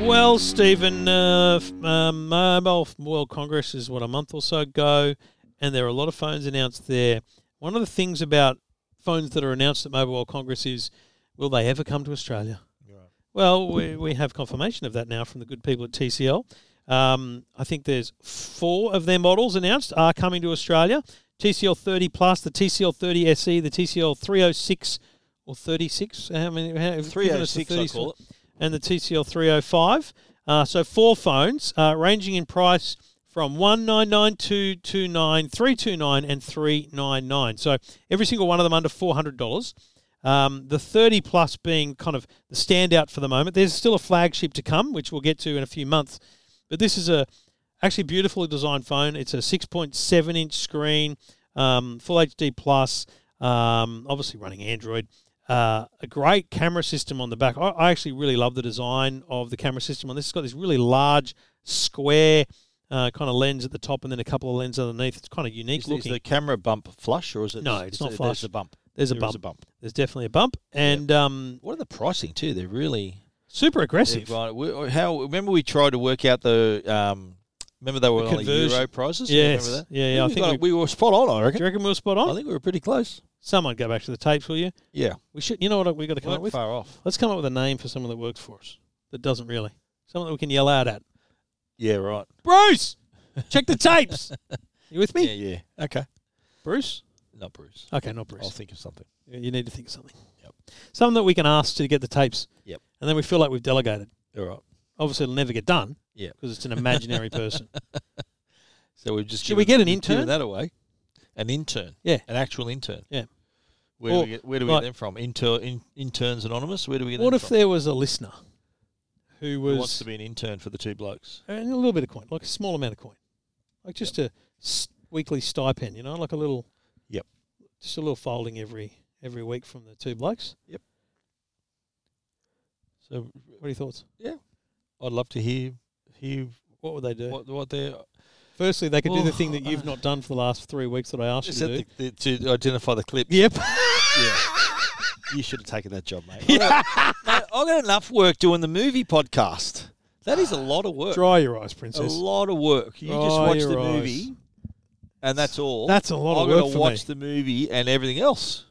Speaker 1: Well, Stephen, uh, f- uh, Mobile World Congress is what a month or so ago, and there are a lot of phones announced there. One of the things about phones that are announced at Mobile World Congress is, will they ever come to Australia? Well, we, we have confirmation of that now from the good people at TCL. Um, I think there's four of their models announced are coming to Australia: TCL 30 Plus, the TCL 30 SE, E, the TCL 306 or 36. How many? How, have you given us the
Speaker 2: 306, I
Speaker 1: 30s?
Speaker 2: call it.
Speaker 1: and the TCL 305. Uh, so four phones uh, ranging in price from 199 to 229, 329 and 399. So every single one of them under $400. Um, the 30 plus being kind of the standout for the moment. There's still a flagship to come, which we'll get to in a few months. But this is a actually beautifully designed phone. It's a 6.7 inch screen, um, full HD plus, um, obviously running Android. Uh, a great camera system on the back. I, I actually really love the design of the camera system on this. It's got this really large square uh, kind of lens at the top, and then a couple of lenses underneath. It's kind of unique
Speaker 2: Is, is
Speaker 1: looking.
Speaker 2: the camera bump flush or is it?
Speaker 1: No, it's
Speaker 2: is
Speaker 1: not
Speaker 2: it-
Speaker 1: flush.
Speaker 2: There's a bump.
Speaker 1: There's a
Speaker 2: There is
Speaker 1: bump. There's definitely a bump, and um,
Speaker 2: What are the pricing too? They're really
Speaker 1: Super aggressive.
Speaker 2: Yeah, right. We, how remember we tried to work out the um, remember they were
Speaker 1: The
Speaker 2: on the
Speaker 1: conversion.
Speaker 2: euro prizes.
Speaker 1: Yes.
Speaker 2: Remember that?
Speaker 1: Yeah, yeah, I
Speaker 2: We
Speaker 1: think
Speaker 2: got
Speaker 1: we-
Speaker 2: it. we, were spot on. I
Speaker 1: Do
Speaker 2: reckon.
Speaker 1: you reckon we were spot on?
Speaker 2: I think we were pretty close.
Speaker 1: Someone go back to the tapes, will you?
Speaker 2: Yeah,
Speaker 1: We should. You know what? We got to come
Speaker 2: weren't
Speaker 1: up with.
Speaker 2: far off.
Speaker 1: Let's come up with a name for someone that works for us that doesn't really. Someone that we can yell out at.
Speaker 2: Yeah, right.
Speaker 1: Bruce, check the tapes. you with me?
Speaker 2: Yeah, yeah. Okay.
Speaker 1: Bruce.
Speaker 2: Not Bruce.
Speaker 1: Okay, not
Speaker 2: I'll
Speaker 1: Bruce.
Speaker 2: think of something.
Speaker 1: You you need to think of something.
Speaker 2: Yep.
Speaker 1: Something that we can ask to get the tapes.
Speaker 2: Yep.
Speaker 1: And then we feel like we've delegated.
Speaker 2: All right.
Speaker 1: Obviously, it'll never get done.
Speaker 2: Yeah.
Speaker 1: Because it's an imaginary person.
Speaker 2: So we've just
Speaker 1: Should we
Speaker 2: given-
Speaker 1: get an
Speaker 2: we've given
Speaker 1: intern?
Speaker 2: that away? An intern.
Speaker 1: Yeah.
Speaker 2: An actual intern.
Speaker 1: Yeah.
Speaker 2: Where
Speaker 1: Or-
Speaker 2: do we get, where do we
Speaker 1: like-
Speaker 2: get them from? Inter, in, interns Anonymous. Where do we get
Speaker 1: What
Speaker 2: them
Speaker 1: if
Speaker 2: from?
Speaker 1: there was a listener who
Speaker 2: Who
Speaker 1: was
Speaker 2: wants to be an intern for the two blokes?
Speaker 1: and a little bit of coin, like a small amount of coin, like just a s- weekly stipend, you know, like a little,
Speaker 2: Yep.
Speaker 1: just a little folding every every week from the two blokes.
Speaker 2: So
Speaker 1: What are your thoughts?
Speaker 2: I'd love to hear hear
Speaker 1: What would they do?
Speaker 2: what what they
Speaker 1: Firstly, they could do the
Speaker 2: Oh,
Speaker 1: thing that you've not done for the last three weeks that I asked you to do.
Speaker 2: the, the, to identify the clip.
Speaker 1: Yep.
Speaker 2: Yeah. you should have taken that job, mate. I got, mate, I got enough work doing the movie podcast. That is a lot of work.
Speaker 1: Dry your eyes,
Speaker 2: a
Speaker 1: princess.
Speaker 2: lot of work. You just
Speaker 1: Dry
Speaker 2: watch
Speaker 1: your
Speaker 2: the
Speaker 1: eyes.
Speaker 2: movie, and that's all.
Speaker 1: That's a lot of
Speaker 2: I've gotta
Speaker 1: work for
Speaker 2: watch
Speaker 1: me.
Speaker 2: the movie and everything else.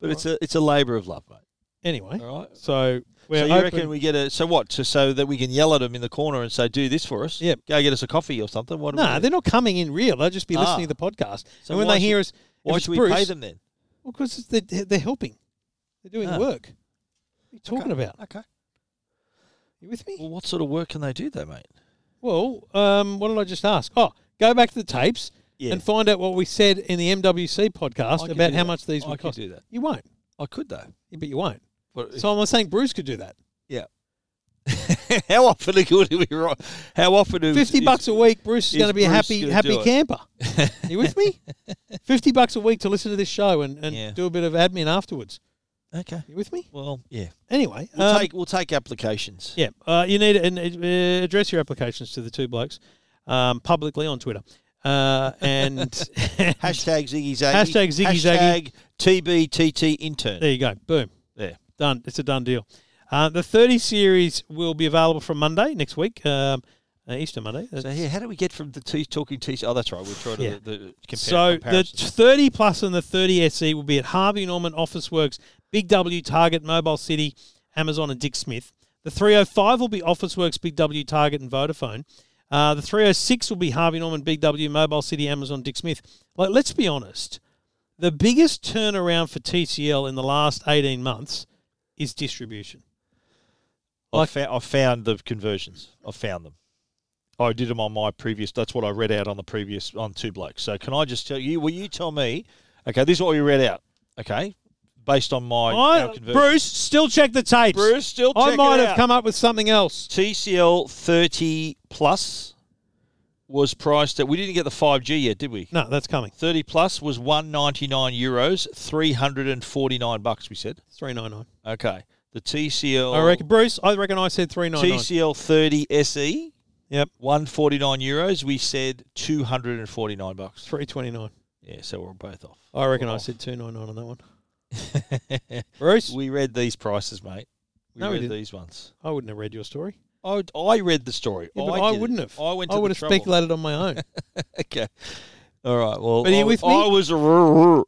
Speaker 2: But it's a it's a labour of love, mate.
Speaker 1: Anyway,
Speaker 2: All right.
Speaker 1: so we're
Speaker 2: so you
Speaker 1: open.
Speaker 2: reckon we get a so what so, so that we can yell at them in the corner and say do this for us?
Speaker 1: Yep.
Speaker 2: Go get us a coffee or something. What? do we
Speaker 1: no,
Speaker 2: do?
Speaker 1: they're not coming in real. They'll just be
Speaker 2: Ah.
Speaker 1: listening to the podcast.
Speaker 2: So
Speaker 1: and when
Speaker 2: why
Speaker 1: they
Speaker 2: should-
Speaker 1: hear us,
Speaker 2: Why
Speaker 1: if it's
Speaker 2: should we
Speaker 1: Bruce,
Speaker 2: pay them then?
Speaker 1: Because they're, they're helping. They're doing
Speaker 2: Ah.
Speaker 1: work. What are you talking about?
Speaker 2: Okay.
Speaker 1: You with me?
Speaker 2: Well, what sort of work can they do though, mate?
Speaker 1: Well, um, what did I just ask? Oh, go back to the tapes
Speaker 2: Yeah.
Speaker 1: and find out what we said in the MWC
Speaker 2: I
Speaker 1: podcast
Speaker 2: could
Speaker 1: about
Speaker 2: do
Speaker 1: how
Speaker 2: that.
Speaker 1: much these
Speaker 2: I
Speaker 1: would
Speaker 2: could
Speaker 1: cost.
Speaker 2: do that.
Speaker 1: You won't,
Speaker 2: I could though.
Speaker 1: but you won't.
Speaker 2: But
Speaker 1: So I'm saying Bruce could do that.
Speaker 2: how often are going to be right? How often do
Speaker 1: Fifty bucks a week, Bruce is
Speaker 2: is
Speaker 1: going to be a
Speaker 2: Bruce
Speaker 1: happy,
Speaker 2: gonna
Speaker 1: happy
Speaker 2: do it?
Speaker 1: camper. you with me? Fifty bucks a week to listen to this show and, and
Speaker 2: Yeah.
Speaker 1: do a bit of admin afterwards.
Speaker 2: Okay.
Speaker 1: You with me?
Speaker 2: Well, yeah.
Speaker 1: Anyway,
Speaker 2: We'll
Speaker 1: um,
Speaker 2: take we'll take applications.
Speaker 1: Yeah, uh, you need and uh, address your applications to the two blokes um, publicly on Twitter uh, and
Speaker 2: Hashtag Ziggy Zaggy.
Speaker 1: Hashtag Ziggy Zaggy.
Speaker 2: Hashtag TBTT intern.
Speaker 1: There you go. Boom.
Speaker 2: There.
Speaker 1: Done. It's a done deal. Uh, the 30 series will be available from Monday next week, um, uh, Easter Monday.
Speaker 2: So here, how do we get from the t- talking teeth? Oh, that's right. We're trying to
Speaker 1: Yeah.
Speaker 2: the, the compare.
Speaker 1: So the
Speaker 2: comparisons.
Speaker 1: 30 plus and the 30 SE will be at Harvey Norman Office Works, Big W, Target, Mobile City, Amazon, and Dick Smith. The 305 will be Office Works, Big W, Target, and Vodafone. Uh, the 306 will be Harvey Norman, Big W, Mobile City, Amazon, Dick Smith. Like, let's be honest, the biggest turnaround for TCL in the last 18 months is distribution.
Speaker 2: I, found, I found the conversions. I found them. I did them on my previous. That's what I read out on the previous on two blokes. So can I just tell you? Will you tell me? Okay, this is what you read out. Okay, based on my our
Speaker 1: I,
Speaker 2: conversions.
Speaker 1: Bruce, still check the tapes.
Speaker 2: Bruce, still
Speaker 1: I
Speaker 2: check
Speaker 1: might
Speaker 2: it
Speaker 1: have
Speaker 2: out.
Speaker 1: come up with something else.
Speaker 2: TCL thirty plus was priced at. We didn't get the five G yet, did we?
Speaker 1: No, that's coming.
Speaker 2: Thirty plus was one ninety nine euros, three hundred and forty nine bucks. We said
Speaker 1: 399.
Speaker 2: okay. The TCL
Speaker 1: I reckon, Bruce, I reckon I said 399.
Speaker 2: TCL thirty SE
Speaker 1: Oh, Yep,
Speaker 2: one forty nine euros. We said two hundred and forty nine bucks.
Speaker 1: three twenty nine.
Speaker 2: Yeah, so we're both off.
Speaker 1: I reckon I said two nine nine on that one. Bruce,
Speaker 2: We read these prices, mate. We
Speaker 1: No, we
Speaker 2: read
Speaker 1: didn't.
Speaker 2: these ones.
Speaker 1: I wouldn't have read your story.
Speaker 2: I, would- I read the story.
Speaker 1: Yeah, but I,
Speaker 2: did it.
Speaker 1: wouldn't have.
Speaker 2: Oh, I went. To
Speaker 1: I
Speaker 2: the
Speaker 1: would have
Speaker 2: trouble.
Speaker 1: speculated on my own.
Speaker 2: Okay. All right. Well,
Speaker 1: But are you
Speaker 2: I,
Speaker 1: with me?
Speaker 2: I was I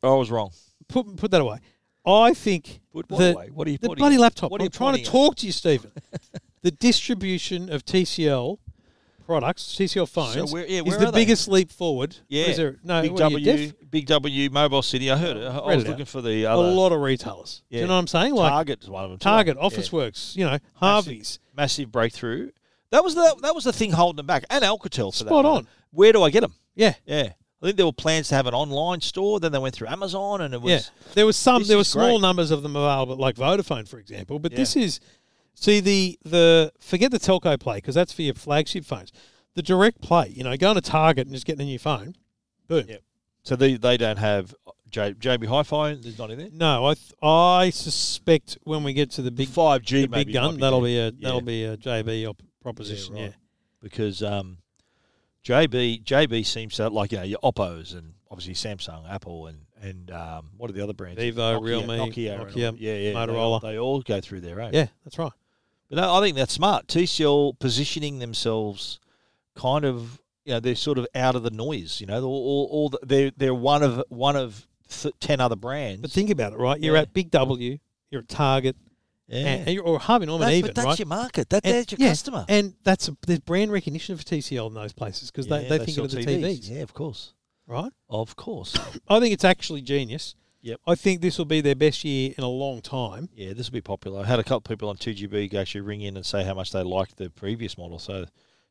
Speaker 2: was wrong.
Speaker 1: put put that away. I think
Speaker 2: Put what
Speaker 1: the,
Speaker 2: away? What are you
Speaker 1: the
Speaker 2: pointing
Speaker 1: bloody
Speaker 2: at?
Speaker 1: laptop.
Speaker 2: What are
Speaker 1: I'm
Speaker 2: you
Speaker 1: trying to
Speaker 2: pointing at?
Speaker 1: talk to you, Stephen. the distribution of TCL products, TCL phones,
Speaker 2: where- yeah,
Speaker 1: is
Speaker 2: where
Speaker 1: the
Speaker 2: are they?
Speaker 1: biggest leap forward. What
Speaker 2: Yeah.
Speaker 1: is there? No,
Speaker 2: Big
Speaker 1: what are you,
Speaker 2: W.
Speaker 1: deaf?
Speaker 2: Big W. Mobile City. I heard it. I, I
Speaker 1: Read
Speaker 2: was
Speaker 1: it out.
Speaker 2: looking for the
Speaker 1: A
Speaker 2: other.
Speaker 1: lot of retailers. Do
Speaker 2: Yeah.
Speaker 1: you know what I'm saying? Like Target,
Speaker 2: Target's one of them. too.
Speaker 1: Office
Speaker 2: Yeah.
Speaker 1: Works, you know, Harvey's.
Speaker 2: Massive breakthrough. That was the that was the thing holding them back, and Alcatel. For
Speaker 1: Spot
Speaker 2: that
Speaker 1: on.
Speaker 2: matter. Where do I get them?
Speaker 1: Yeah.
Speaker 2: Yeah. I think there were plans to have an online store. Then they went through Amazon, and it was
Speaker 1: Yeah, there was some.
Speaker 2: this
Speaker 1: There were
Speaker 2: is
Speaker 1: small
Speaker 2: great.
Speaker 1: numbers of them available, like Vodafone, for example. But this is, see the the forget the telco play because that's for your flagship phones. The direct play, you know, going to Target and just getting a new phone, boom.
Speaker 2: Yep. so they, they don't have J, JB Hi-Fi. There's not in there.
Speaker 1: No, I th- I suspect when we get to the big
Speaker 2: Five G,
Speaker 1: the big gun, that'll be a that'll be a JB op- proposition. Yeah,
Speaker 2: right. because um, JB JB seems to like you know your Oppos and obviously Samsung, Apple, and and um, what are the other brands?
Speaker 1: Vivo,
Speaker 2: Nokia,
Speaker 1: Realme,
Speaker 2: Nokia, and all-
Speaker 1: Nokia,
Speaker 2: yeah, yeah, they all-
Speaker 1: Motorola.
Speaker 2: They all, go through their own.
Speaker 1: yeah, that's right.
Speaker 2: But no, I think that's smart. TCL positioning themselves kind of, you know, they're sort of out of the noise. You know, they're all, all, all the, they're they're one of one of th- ten other brands.
Speaker 1: But think about it, right? You're
Speaker 2: Yeah.
Speaker 1: at Big W, you're at Target,
Speaker 2: yeah.
Speaker 1: and, and you're, or Harvey Norman
Speaker 2: That-
Speaker 1: even,
Speaker 2: but that's
Speaker 1: right?
Speaker 2: your market. That,
Speaker 1: And-
Speaker 2: that's your
Speaker 1: yeah,
Speaker 2: customer.
Speaker 1: And that's a, there's brand recognition for TCL in those places because they,
Speaker 2: Yeah,
Speaker 1: they, think
Speaker 2: sell
Speaker 1: of the TVs,
Speaker 2: Yeah, of course,
Speaker 1: right?
Speaker 2: of course.
Speaker 1: I think it's actually genius.
Speaker 2: Yep.
Speaker 1: I think this will be their best year in a long time.
Speaker 2: yeah, this will be popular. I had a couple of people on 2GB actually ring in and say how much they liked the previous model. So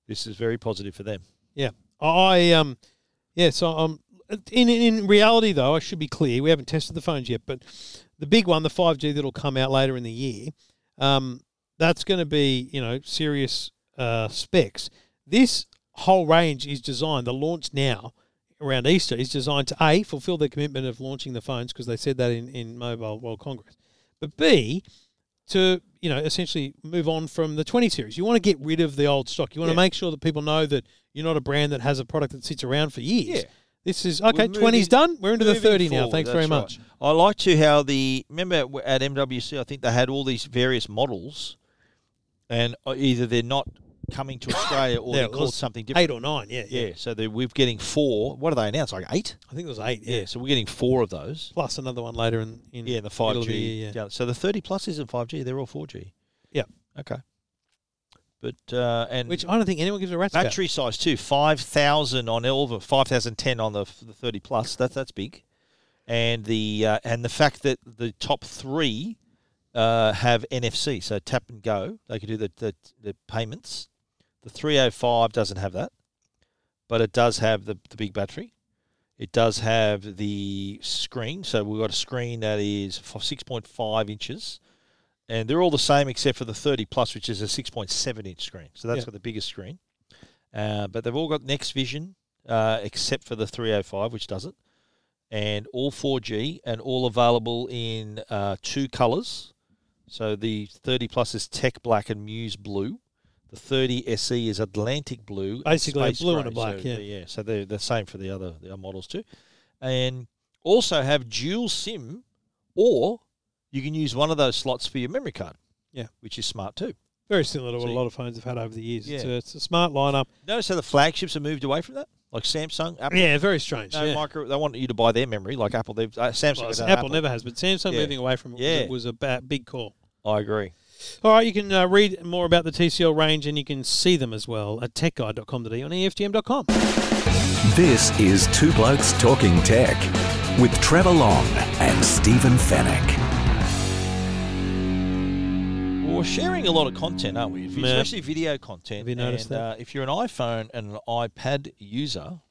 Speaker 2: this is very positive for them.
Speaker 1: Yeah. I um yeah, so um in in in reality though, I should be clear, we haven't tested the phones yet, but the big one, the 5G that'll come out later in the year, um that's going to be, you know, serious uh specs. This whole range is designed the launch now around Easter is designed to A fulfill their commitment of launching the phones because they said that in in Mobile World Congress. But B to you know essentially move on from the 20 series. You want to get rid of the old stock. You want to make sure that people know that you're not a brand that has a product that sits around for years.
Speaker 2: Yeah.
Speaker 1: This is okay.
Speaker 2: We're moving-
Speaker 1: 20's done. We're into the
Speaker 2: moving
Speaker 1: 30 now.
Speaker 2: forward,
Speaker 1: Thanks
Speaker 2: that's
Speaker 1: very
Speaker 2: right.
Speaker 1: much.
Speaker 2: I like to how the remember w- at MWC, I think they had all these various models, and uh, either they're not coming to Australia or
Speaker 1: Yeah,
Speaker 2: they're
Speaker 1: it
Speaker 2: called
Speaker 1: was
Speaker 2: something different.
Speaker 1: Eight or nine. Yeah, yeah.
Speaker 2: yeah, so they- we're getting four. What do they announce? Like eight?
Speaker 1: I think it was eight. Yeah.
Speaker 2: Yeah. so we're getting four of those.
Speaker 1: Plus another one later in, in
Speaker 2: Yeah, the
Speaker 1: middle
Speaker 2: five
Speaker 1: of the
Speaker 2: G.
Speaker 1: year, yeah.
Speaker 2: yeah. So the thirty plus isn't five G. They're all four G.
Speaker 1: Yeah.
Speaker 2: Okay. But uh, and
Speaker 1: which I don't think anyone gives a rat's
Speaker 2: battery size too, five thousand on Elva, five thousand ten on the, the thirty plus. That that's big, and the uh, and the fact that the top three uh, have NFC, so tap and go. They can do the the, the payments. The three hundred five doesn't have that, but it does have the, the big battery. It does have the screen, so we've got a screen that is six point five inches. And they're all the same except for the 30 plus, which is a 6.7 inch screen. So that's
Speaker 1: Yeah.
Speaker 2: got the biggest screen. Uh, but they've all got Next Vision, uh, except for the 305, which doesn't, and all 4G, and all available in uh, two colours. So the 30 plus is Tech Black and Muse Blue. The 30 SE is Atlantic Blue. and
Speaker 1: Basically,
Speaker 2: Space
Speaker 1: blue and a
Speaker 2: Grey.
Speaker 1: black,
Speaker 2: So
Speaker 1: yeah.
Speaker 2: they- yeah. So they're the same for the other the other models too, and also have dual SIM, or you can use one of those slots for your memory card.
Speaker 1: Yeah.
Speaker 2: which is smart too.
Speaker 1: Very similar to what a
Speaker 2: See.
Speaker 1: lot of phones have had over the years. It's, a,
Speaker 2: Yeah.
Speaker 1: it's a smart lineup.
Speaker 2: Notice how the flagships have moved away from that, like Samsung, Apple.
Speaker 1: Yeah, very strange.
Speaker 2: No
Speaker 1: yeah.
Speaker 2: micro. They want you to buy their memory, like Apple. They've uh, Samsung.
Speaker 1: Well,
Speaker 2: has
Speaker 1: Apple,
Speaker 2: done
Speaker 1: never has, but Samsung
Speaker 2: Yeah.
Speaker 1: moving away from it was a-
Speaker 2: Yeah.
Speaker 1: was a ba- big call.
Speaker 2: I agree.
Speaker 1: All right, you can uh, read more about the TCL range and you can see them as well at techguide.com.au on EFTM.com.
Speaker 3: This is Two Blokes Talking Tech with Trevor Long and Stephen Fennec.
Speaker 2: Well, we're sharing a lot of content, aren't we? If-
Speaker 1: Yeah.
Speaker 2: Especially video content.
Speaker 1: Have you noticed
Speaker 2: and,
Speaker 1: that?
Speaker 2: Uh, if you're an iPhone and an iPad user,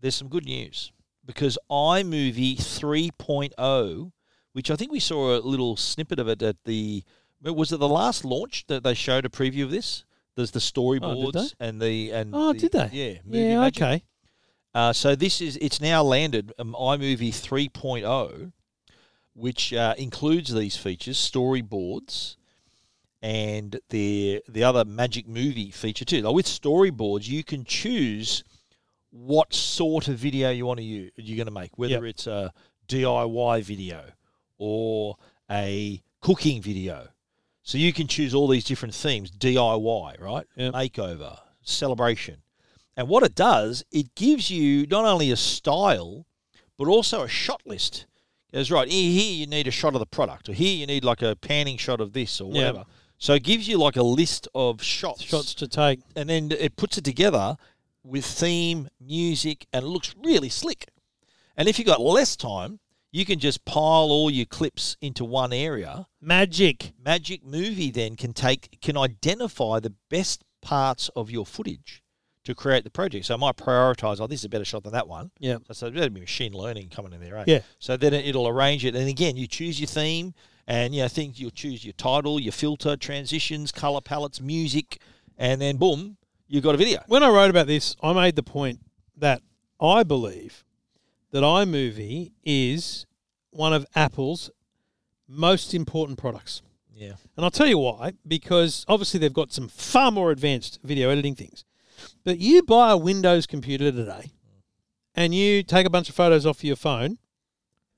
Speaker 2: there's some good news because iMovie 3.0, which I think we saw a little snippet of it at the was it the last launch that they showed a preview of this? There's the storyboards and the and
Speaker 1: Oh,
Speaker 2: the-
Speaker 1: did they?
Speaker 2: Yeah, Movie
Speaker 1: Yeah,
Speaker 2: Magic.
Speaker 1: okay.
Speaker 2: Uh, so this is it's now landed um, iMovie 3.0, which uh, includes these features, storyboards, and the the other Magic Movie feature too. Now with storyboards, you can choose what sort of video you want to use, you're going to make, whether
Speaker 1: Yep.
Speaker 2: it's a DIY video or a cooking video. So you can choose all these different themes: DIY, right?
Speaker 1: Yep.
Speaker 2: Makeover, celebration. And what it does, it gives you not only a style, but also a shot list. It goes right here. Here you need a shot of the product, or here you need like a panning shot of this, or
Speaker 1: Yeah.
Speaker 2: whatever. So it gives you like a list of shots,
Speaker 1: Shots to take.
Speaker 2: and then it puts it together with theme, music, and it looks really slick. And if you got less time, you can just pile all your clips into one area
Speaker 1: Magic.
Speaker 2: Magic Movie then can take can identify the best parts of your footage to create the project. So I might prioritize, oh, this is a better shot than that one.
Speaker 1: Yeah.
Speaker 2: So that'd be machine learning coming in there, right?
Speaker 1: Yeah.
Speaker 2: So then it- it'll arrange it, and again, you choose your theme, and you know things you'll choose your title, your filter, transitions, color palettes, music, and then boom, you've got a video.
Speaker 1: When I wrote about this, I made the point that I believe that iMovie is one of Apple's most important products.
Speaker 2: Yeah.
Speaker 1: And I'll tell you why, because obviously they've got some far more advanced video editing things. But you buy a Windows computer today and you take a bunch of photos off your phone,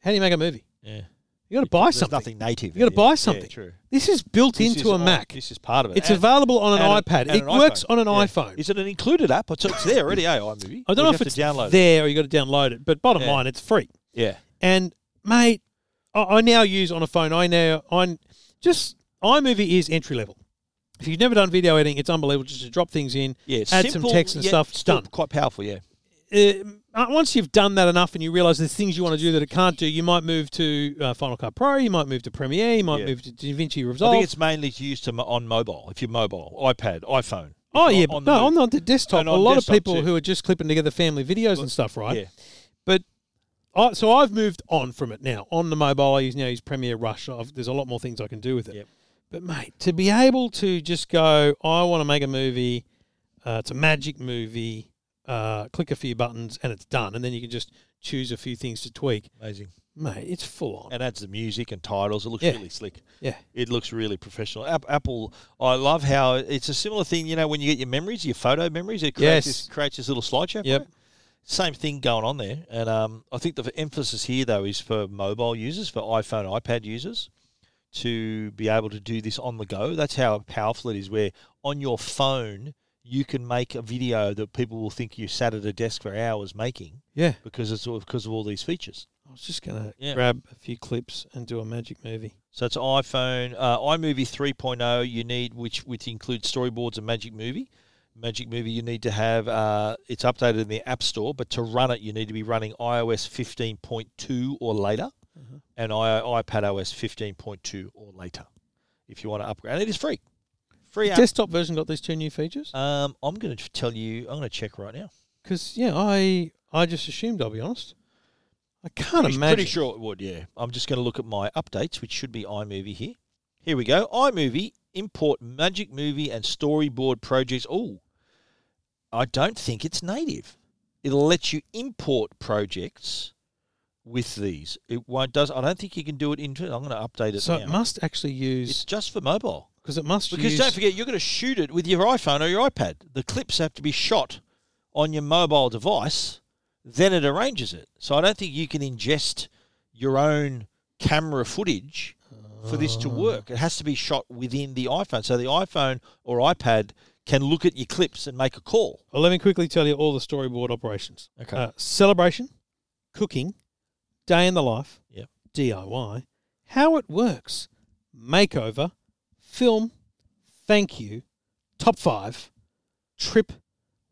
Speaker 1: how do you make a movie?
Speaker 2: Yeah.
Speaker 1: You got to buy
Speaker 2: There's
Speaker 1: something.
Speaker 2: nothing native.
Speaker 1: You got to
Speaker 2: Yeah,
Speaker 1: buy
Speaker 2: yeah,
Speaker 1: something.
Speaker 2: true.
Speaker 1: This is built
Speaker 2: This
Speaker 1: into
Speaker 2: is
Speaker 1: a
Speaker 2: on-
Speaker 1: Mac.
Speaker 2: This is part of it.
Speaker 1: It's
Speaker 2: And-
Speaker 1: available on an,
Speaker 2: and an-
Speaker 1: iPad.
Speaker 2: and
Speaker 1: It
Speaker 2: an
Speaker 1: works
Speaker 2: iPhone.
Speaker 1: on an
Speaker 2: Yeah.
Speaker 1: iPhone.
Speaker 2: Is it an included app? It's, it's there already. AI movie.
Speaker 1: I don't know if it's there or you got to download it, but bottom
Speaker 2: Yeah.
Speaker 1: line, it's free.
Speaker 2: Yeah.
Speaker 1: And mate, I, I now use on a phone. I now on just iMovie is entry level. If you've never done video editing, it's unbelievable. Just to drop things in,
Speaker 2: Yeah. it's
Speaker 1: add
Speaker 2: simple,
Speaker 1: some text and
Speaker 2: yet
Speaker 1: stuff. It's
Speaker 2: still
Speaker 1: done.
Speaker 2: Quite powerful. Yeah.
Speaker 1: Uh, once you've done that enough, and you realise there's things you want to do that it can't do, you might move to uh, Final Cut Pro. You might move to Premiere. You might
Speaker 2: Yeah.
Speaker 1: move to DaVinci
Speaker 2: I
Speaker 1: Resolve.
Speaker 2: think it's mainly used to, mo- on mobile. If you're mobile, iPad, iPhone.
Speaker 1: oh
Speaker 2: If
Speaker 1: yeah,
Speaker 2: you're
Speaker 1: but
Speaker 2: the
Speaker 1: no,
Speaker 2: move.
Speaker 1: on the, desktop,
Speaker 2: And
Speaker 1: a
Speaker 2: on
Speaker 1: lot
Speaker 2: desktop
Speaker 1: of people
Speaker 2: too.
Speaker 1: who are just clipping together family videos and stuff, right?
Speaker 2: Yeah.
Speaker 1: But I, so I've moved on from it now. On the mobile, I use now use Premiere Rush. I've, there's a lot more things I can do with it.
Speaker 2: Yep.
Speaker 1: But mate, to be able to just go, I want to make a movie. Uh, it's a magic movie. Uh, click a few buttons and it's done, and then you can just choose a few things to tweak.
Speaker 2: Amazing.
Speaker 1: Mate, it's full on.
Speaker 2: And adds the music and titles. It looks
Speaker 1: Yeah.
Speaker 2: really slick.
Speaker 1: Yeah,
Speaker 2: It looks really professional. App, Apple, I love how it's a similar thing. You know, when you get your memories, your photo memories, it
Speaker 1: Yes.
Speaker 2: creates this, creates this little slideshow. for
Speaker 1: Yep.
Speaker 2: you. Same thing going on there, and um, I think the emphasis here though is for mobile users, for iPhone, iPad users, to be able to do this on the go. That's how powerful it is. Where on your phone you can make a video that people will think you sat at a desk for hours making
Speaker 1: yeah.
Speaker 2: because it's all because of all these features.
Speaker 1: I was just gonna
Speaker 2: Yeah.
Speaker 1: grab a few clips and do a magic movie.
Speaker 2: So it's iPhone, uh, iMovie 3.0. You need which which includes storyboards and Magic Movie. Magic Movie you need to have uh, it's updated in the App Store, but to run it you need to be running iOS 15.2 or later, and I, iPad OS 15.2 or later if you want to upgrade. And it is free, free app.
Speaker 1: Desktop version got these two new features.
Speaker 2: um, I'm going to tell you. I'm going to check right now.
Speaker 1: Because yeah, I I just assumed. I'll be honest. I can't
Speaker 2: Pretty-
Speaker 1: imagine.
Speaker 2: Pretty sure it would, yeah. I'm just going to look at my updates, which should be iMovie here. Here we go. iMovie, import Magic Movie and storyboard projects. Oh, I don't think it's native. It'll let you import projects with these. It won't, does, I don't think you can do it in, I'm going to update it
Speaker 1: So
Speaker 2: now.
Speaker 1: it must actually
Speaker 2: it's
Speaker 1: use
Speaker 2: just for mobile.
Speaker 1: because it must
Speaker 2: Because
Speaker 1: use.
Speaker 2: don't forget, you're going to shoot it with your iPhone or your iPad. The clips have to be shot on your mobile device, then it arranges it. So I don't think you can ingest your own camera footage for this
Speaker 1: Oh.
Speaker 2: to work. It has to be shot within the iPhone. So the iPhone or iPad can look at your clips and make a call.
Speaker 1: Well, let me quickly tell you all the storyboard operations.
Speaker 2: Okay.
Speaker 1: Uh, celebration, cooking, day in the life,
Speaker 2: Yep.
Speaker 1: DIY, how it works, makeover, film, thank you, top five, trip,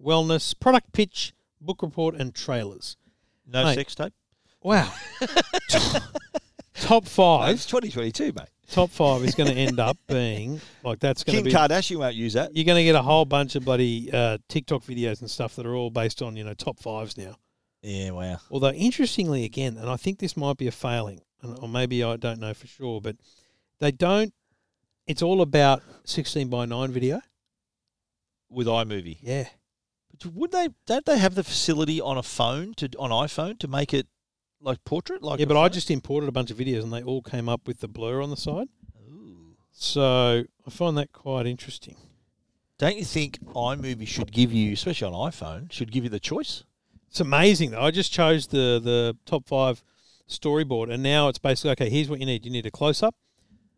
Speaker 1: wellness, product pitch, book report, and trailers.
Speaker 2: No
Speaker 1: Mate,
Speaker 2: sex tape.
Speaker 1: Wow. Top- top
Speaker 2: No,
Speaker 1: five.
Speaker 2: it's 2022, mate.
Speaker 1: Top five is going to end up being like that's going to
Speaker 2: Kim
Speaker 1: be
Speaker 2: Kardashian won't use that.
Speaker 1: you're going to get a whole bunch of bloody uh, TikTok videos and stuff that are all based on you know top fives now.
Speaker 2: Yeah, wow.
Speaker 1: Although interestingly, again, and I think this might be a failing, and- or maybe I don't know for sure, but they don't. It's all about sixteen by nine video.
Speaker 2: With iMovie.
Speaker 1: Yeah,
Speaker 2: But would they? Don't they have the facility on a phone to on iPhone to make it like portrait? Like
Speaker 1: yeah.
Speaker 2: a
Speaker 1: But I
Speaker 2: phone?
Speaker 1: just imported a bunch of videos, and they all came up with the blur on the side.
Speaker 2: Ooh.
Speaker 1: So I find that quite interesting.
Speaker 2: Don't you think iMovie should give you, especially on iPhone, should give you the choice?
Speaker 1: It's amazing though. I just chose the the top five storyboard, and now it's basically okay. Here's what you need. You need a close up,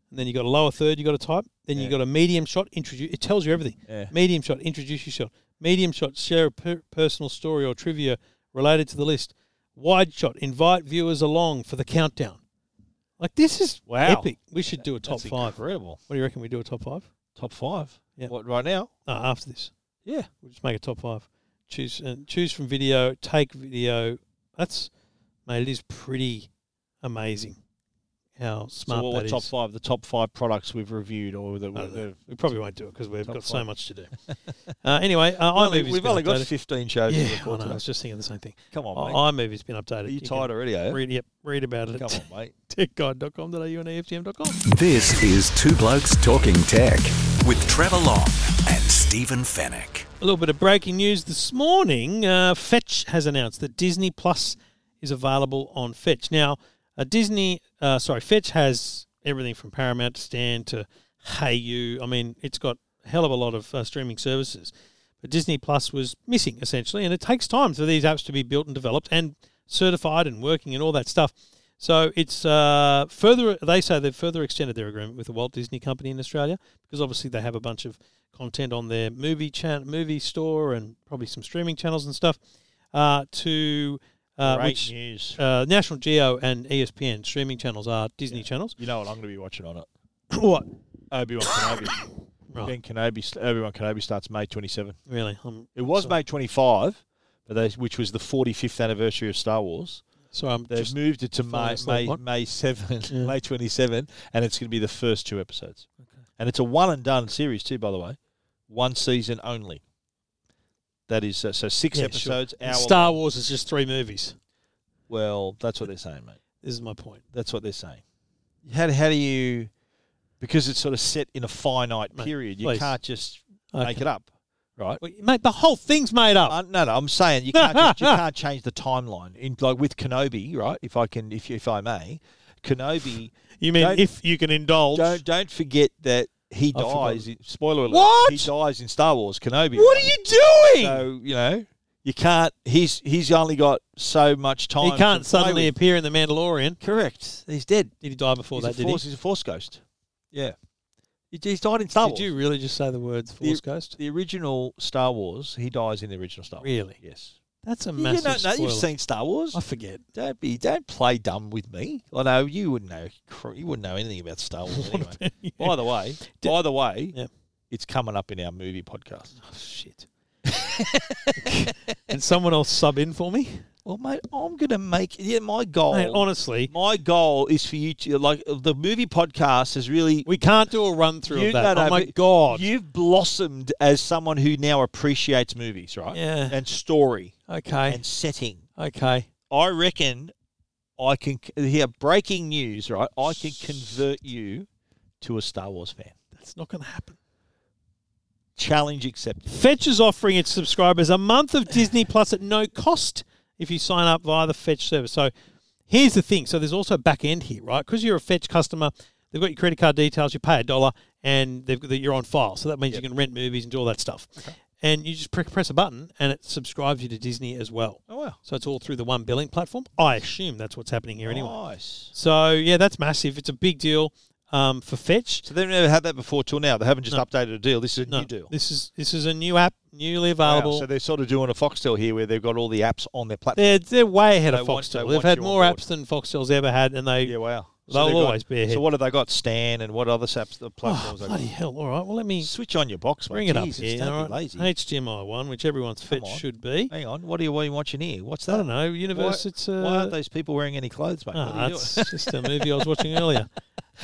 Speaker 1: and then you got a lower third. You got to type. Then you
Speaker 2: Yeah.
Speaker 1: got a medium shot. Introduce. It tells you everything.
Speaker 2: Yeah.
Speaker 1: Medium shot. Introduce your shot. Medium shot. Share a per- personal story or trivia related to the list. Wide shot. Invite viewers along for the countdown. Like this is
Speaker 2: Wow.
Speaker 1: epic. We should do a top
Speaker 2: That's
Speaker 1: five.
Speaker 2: incredible.
Speaker 1: What do you reckon? We do a top five
Speaker 2: Top five.
Speaker 1: Yeah.
Speaker 2: What right now?
Speaker 1: uh, after this.
Speaker 2: Yeah.
Speaker 1: We'll just make a top five. Choose and choose from video. Take video. That's mate. It is pretty amazing how smart
Speaker 2: so what
Speaker 1: that
Speaker 2: were
Speaker 1: is.
Speaker 2: top five? The top five products we've reviewed, or that
Speaker 1: I
Speaker 2: we've,
Speaker 1: don't know. We probably won't do it because we've
Speaker 2: Top
Speaker 1: got so
Speaker 2: five.
Speaker 1: much to do. uh, anyway, uh, iMovie's
Speaker 2: we've
Speaker 1: been
Speaker 2: only got
Speaker 1: updated.
Speaker 2: fifteen shows. to
Speaker 1: Yeah, I
Speaker 2: record
Speaker 1: know. I
Speaker 2: today.
Speaker 1: was just thinking the same thing.
Speaker 2: Come
Speaker 1: Oh,
Speaker 2: on, mate.
Speaker 1: iMovie's been updated.
Speaker 2: Are you
Speaker 1: can
Speaker 2: tired already? Eh?
Speaker 1: Read, yep, read about it
Speaker 2: Come
Speaker 1: at
Speaker 2: on, mate.
Speaker 1: techguide.com.au and E EFTM.com.
Speaker 3: This is Two Blokes Talking Tech with Trevor Long and Stephen Fennec.
Speaker 1: A little bit of breaking news this morning. Uh, Fetch has announced that Disney Plus is available on Fetch. Now, uh, Disney, uh, sorry, Fetch has everything from Paramount to Stan to Hey You. I mean, it's got a hell of a lot of uh, streaming services. But Disney Plus was missing, essentially, and it takes time for these apps to be built and developed and certified and working and all that stuff. So it's uh, further. They say they've further extended their agreement with the Walt Disney Company in Australia because obviously they have a bunch of content on their movie chan- movie store, and probably some streaming channels and stuff. Uh, to uh,
Speaker 2: Great
Speaker 1: which
Speaker 2: news.
Speaker 1: uh, National Geo and E ESPN streaming channels are Disney channels.
Speaker 2: You know what? I'm going to be watching on it.
Speaker 1: what?
Speaker 2: Obi Wan Kenobi.
Speaker 1: Right.
Speaker 2: Ben Kenobi. Obi Wan Kenobi starts May 27.
Speaker 1: Really? I'm
Speaker 2: It was
Speaker 1: So-
Speaker 2: May 25, but they, which was the 45th anniversary of Star Wars.
Speaker 1: sorry. I'm
Speaker 2: They've
Speaker 1: just
Speaker 2: moved it to
Speaker 1: falling
Speaker 2: May
Speaker 1: asleep,
Speaker 2: May,
Speaker 1: what?
Speaker 2: May 7,
Speaker 1: Yeah.
Speaker 2: May 27, and it's going to be the first two episodes. And it's a one and done series too, by the way, one season only. That is uh, so six
Speaker 1: Yeah, sure.
Speaker 2: episodes. Hour
Speaker 1: Star Wars is just three movies.
Speaker 2: Well, that's what they're saying, mate.
Speaker 1: This is my point.
Speaker 2: That's what they're saying. How how do you? Because it's sort of set in a finite
Speaker 1: Mate,
Speaker 2: period. You
Speaker 1: please.
Speaker 2: can't just
Speaker 1: Okay.
Speaker 2: make it up, right?
Speaker 1: Well, mate, the whole thing's made up.
Speaker 2: Uh, no, no, I'm saying you can't just, you can't change the timeline in like with Kenobi, right? If I can, if if I may, Kenobi.
Speaker 1: you mean
Speaker 2: don't-
Speaker 1: if you can indulge?
Speaker 2: Don't don't forget that he
Speaker 1: I've forgotten.
Speaker 2: dies. in- Spoiler alert.
Speaker 1: What?
Speaker 2: He dies in Star Wars Kenobi.
Speaker 1: What are you doing?
Speaker 2: So you know you can't. He's he's only got so much time.
Speaker 1: He can't
Speaker 2: to play
Speaker 1: suddenly
Speaker 2: with.
Speaker 1: appear in The Mandalorian.
Speaker 2: Correct. He's dead.
Speaker 1: Did he die before
Speaker 2: he's,
Speaker 1: that?
Speaker 2: a
Speaker 1: Did
Speaker 2: force,
Speaker 1: he?
Speaker 2: he's a force ghost. Yeah. He- He's died in Star
Speaker 1: Did
Speaker 2: Wars.
Speaker 1: you really just say the words Force Ghost?
Speaker 2: The original Star Wars. He dies in the original Star Wars.
Speaker 1: Really?
Speaker 2: Yes.
Speaker 1: That's a
Speaker 2: You don't
Speaker 1: massive
Speaker 2: know
Speaker 1: spoiler.
Speaker 2: you've seen Star Wars.
Speaker 1: I forget.
Speaker 2: Don't be, don't play dumb with me. I know you wouldn't know, cr- you wouldn't know anything about Star Wars. Anyway. By the way,
Speaker 1: D-
Speaker 2: by the way,
Speaker 1: Yeah.
Speaker 2: it's coming up in our movie podcast.
Speaker 1: Oh, shit. Can someone else sub in for me?
Speaker 2: Well, mate, I'm gonna make. Yeah, my goal,
Speaker 1: Mate, honestly,
Speaker 2: my goal is for you to like the movie podcast has really.
Speaker 1: we can't do a run through
Speaker 2: you-
Speaker 1: of that.
Speaker 2: no, no,
Speaker 1: oh my
Speaker 2: but
Speaker 1: god.
Speaker 2: You've blossomed as someone who now appreciates movies, right?
Speaker 1: Yeah.
Speaker 2: And story
Speaker 1: okay.
Speaker 2: and setting.
Speaker 1: okay.
Speaker 2: I reckon I can here breaking news, right? I can convert you to a Star Wars fan.
Speaker 1: That's not going to happen.
Speaker 2: Challenge accepted.
Speaker 1: Fetch is offering its subscribers a month of Disney Plus at no cost if you sign up via the Fetch service. So here's the thing. So there's also back end here, right? Because you're a Fetch customer, they've got your credit card details. You pay a dollar, and they've, that you're on file. So that means you can rent movies and do all that stuff. And you just pre- press a button, and it subscribes you to Disney as well.
Speaker 2: Oh wow.
Speaker 1: So it's all through the one billing platform. I assume that's what's happening here
Speaker 2: Oh.
Speaker 1: anyway.
Speaker 2: Nice.
Speaker 1: So yeah, that's massive. It's a big deal um, for Fetch.
Speaker 2: So they've never had that before till now. They haven't just updated a deal. This is a new deal.
Speaker 1: This is this is a new app, newly
Speaker 2: Wow.
Speaker 1: available.
Speaker 2: So they're sort of doing a Foxtel here where they've got all the apps on their platform.
Speaker 1: They're they're way ahead of
Speaker 2: They want- they
Speaker 1: Foxtel. They've
Speaker 2: want
Speaker 1: had
Speaker 2: you on
Speaker 1: more
Speaker 2: board.
Speaker 1: apps than Foxtel's ever had, and they
Speaker 2: Yeah, wow.
Speaker 1: They'll
Speaker 2: they've got-
Speaker 1: always be ahead.
Speaker 2: So what have they got? Stan and what other apps the
Speaker 1: oh,
Speaker 2: platforms they
Speaker 1: bloody
Speaker 2: got?
Speaker 1: hell! All right, well let me
Speaker 2: Switch on your box, mate.
Speaker 1: bring it up
Speaker 2: Jesus,
Speaker 1: here.
Speaker 2: don't
Speaker 1: all
Speaker 2: be
Speaker 1: right?
Speaker 2: lazy.
Speaker 1: HDMI one, which everyone's fetch
Speaker 2: on.
Speaker 1: should be.
Speaker 2: Hang on. What are you, what are you watching here? What's that?
Speaker 1: I don't know. Universe.
Speaker 2: Why,
Speaker 1: it's uh,
Speaker 2: why aren't those people wearing any clothes, mate? What
Speaker 1: ah,
Speaker 2: are you
Speaker 1: that's
Speaker 2: doing?
Speaker 1: just a movie I was watching earlier.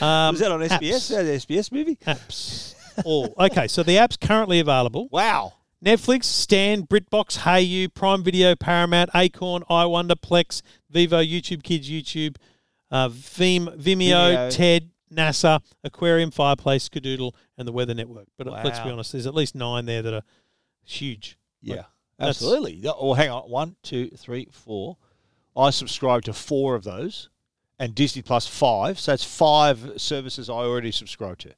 Speaker 1: Um,
Speaker 2: Was that on SBS? Is
Speaker 1: Apps.
Speaker 2: that an SBS movie?
Speaker 1: apps. All okay. So the app's currently available:
Speaker 2: Wow.
Speaker 1: Netflix, Stan, BritBox, HeyU, Prime Video, Paramount, Acorn, iWonder, Plex, Vivo, YouTube Kids, YouTube, uh, Veeam, Vimeo,
Speaker 2: Vimeo.
Speaker 1: TED, NASA, Aquarium, Fireplace, Skadoodle, and the Weather Network. But uh, let's be
Speaker 2: Wow.
Speaker 1: honest, there's at least nine there that are huge.
Speaker 2: Yeah,
Speaker 1: that's-
Speaker 2: absolutely. Yeah, Well, hang on. One, two, three, four. I subscribe to four of those, and Disney Plus five. So that's five services I already subscribe to.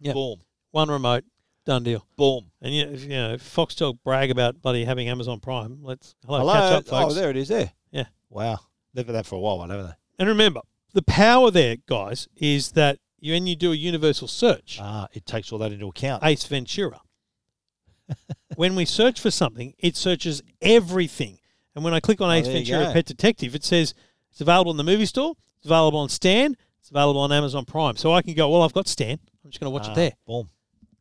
Speaker 1: Yeah.
Speaker 2: Boom,
Speaker 1: One remote, done deal.
Speaker 2: boom.
Speaker 1: And you know, if, you know, if Foxtel brag about bloody having Amazon Prime, let's hello,
Speaker 2: Hello.
Speaker 1: catch up,
Speaker 2: oh,
Speaker 1: folks.
Speaker 2: there it is. There.
Speaker 1: Yeah.
Speaker 2: Wow. They've been that for a while, haven't they?
Speaker 1: and remember, the power there, guys, is that you when you do a universal search,
Speaker 2: Ah, it takes all that into account.
Speaker 1: Ace Ventura. when we search for something, it searches everything. And when I click on Ace
Speaker 2: Oh, there you
Speaker 1: Ventura
Speaker 2: go.
Speaker 1: Pet Detective, it says it's available in the movie store, it's available on Stan, it's available on Amazon Prime. So I can go, well, I've got Stan. I'm just going to watch
Speaker 2: Ah,
Speaker 1: it there.
Speaker 2: Boom.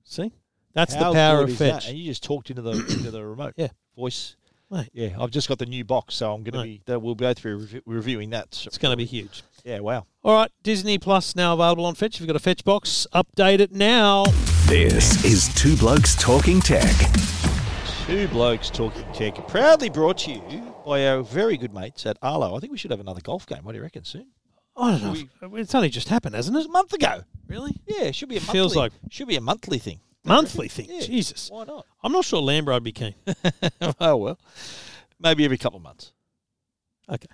Speaker 1: See? That's
Speaker 2: How
Speaker 1: the power
Speaker 2: good
Speaker 1: of
Speaker 2: is that?
Speaker 1: fetch.
Speaker 2: And you just talked into the into the remote.
Speaker 1: Yeah.
Speaker 2: Voice.
Speaker 1: Mate.
Speaker 2: Yeah, I've just got the new box, so I'm going to
Speaker 1: Mate.
Speaker 2: be. That we'll go through revi- reviewing that.
Speaker 1: It's going to be huge.
Speaker 2: Yeah, wow.
Speaker 1: All right, Disney Plus now available on Fetch. If you've got a Fetch box, update it now.
Speaker 3: This is Two Blokes Talking Tech.
Speaker 2: Two Blokes Talking Tech, proudly brought to you by our very good mates at Arlo. I think we should have another golf game. What do you reckon, soon?
Speaker 1: I don't know. if- it's only just happened, hasn't
Speaker 2: It was
Speaker 1: it?
Speaker 2: a month ago.
Speaker 1: Really?
Speaker 2: Yeah, it should be a monthly.
Speaker 1: Feels like-
Speaker 2: should be a monthly thing.
Speaker 1: Monthly thing.
Speaker 2: Yeah,
Speaker 1: Jesus.
Speaker 2: why not?
Speaker 1: I'm not sure Lambro would be keen.
Speaker 2: oh well, maybe every couple of months.
Speaker 1: Okay.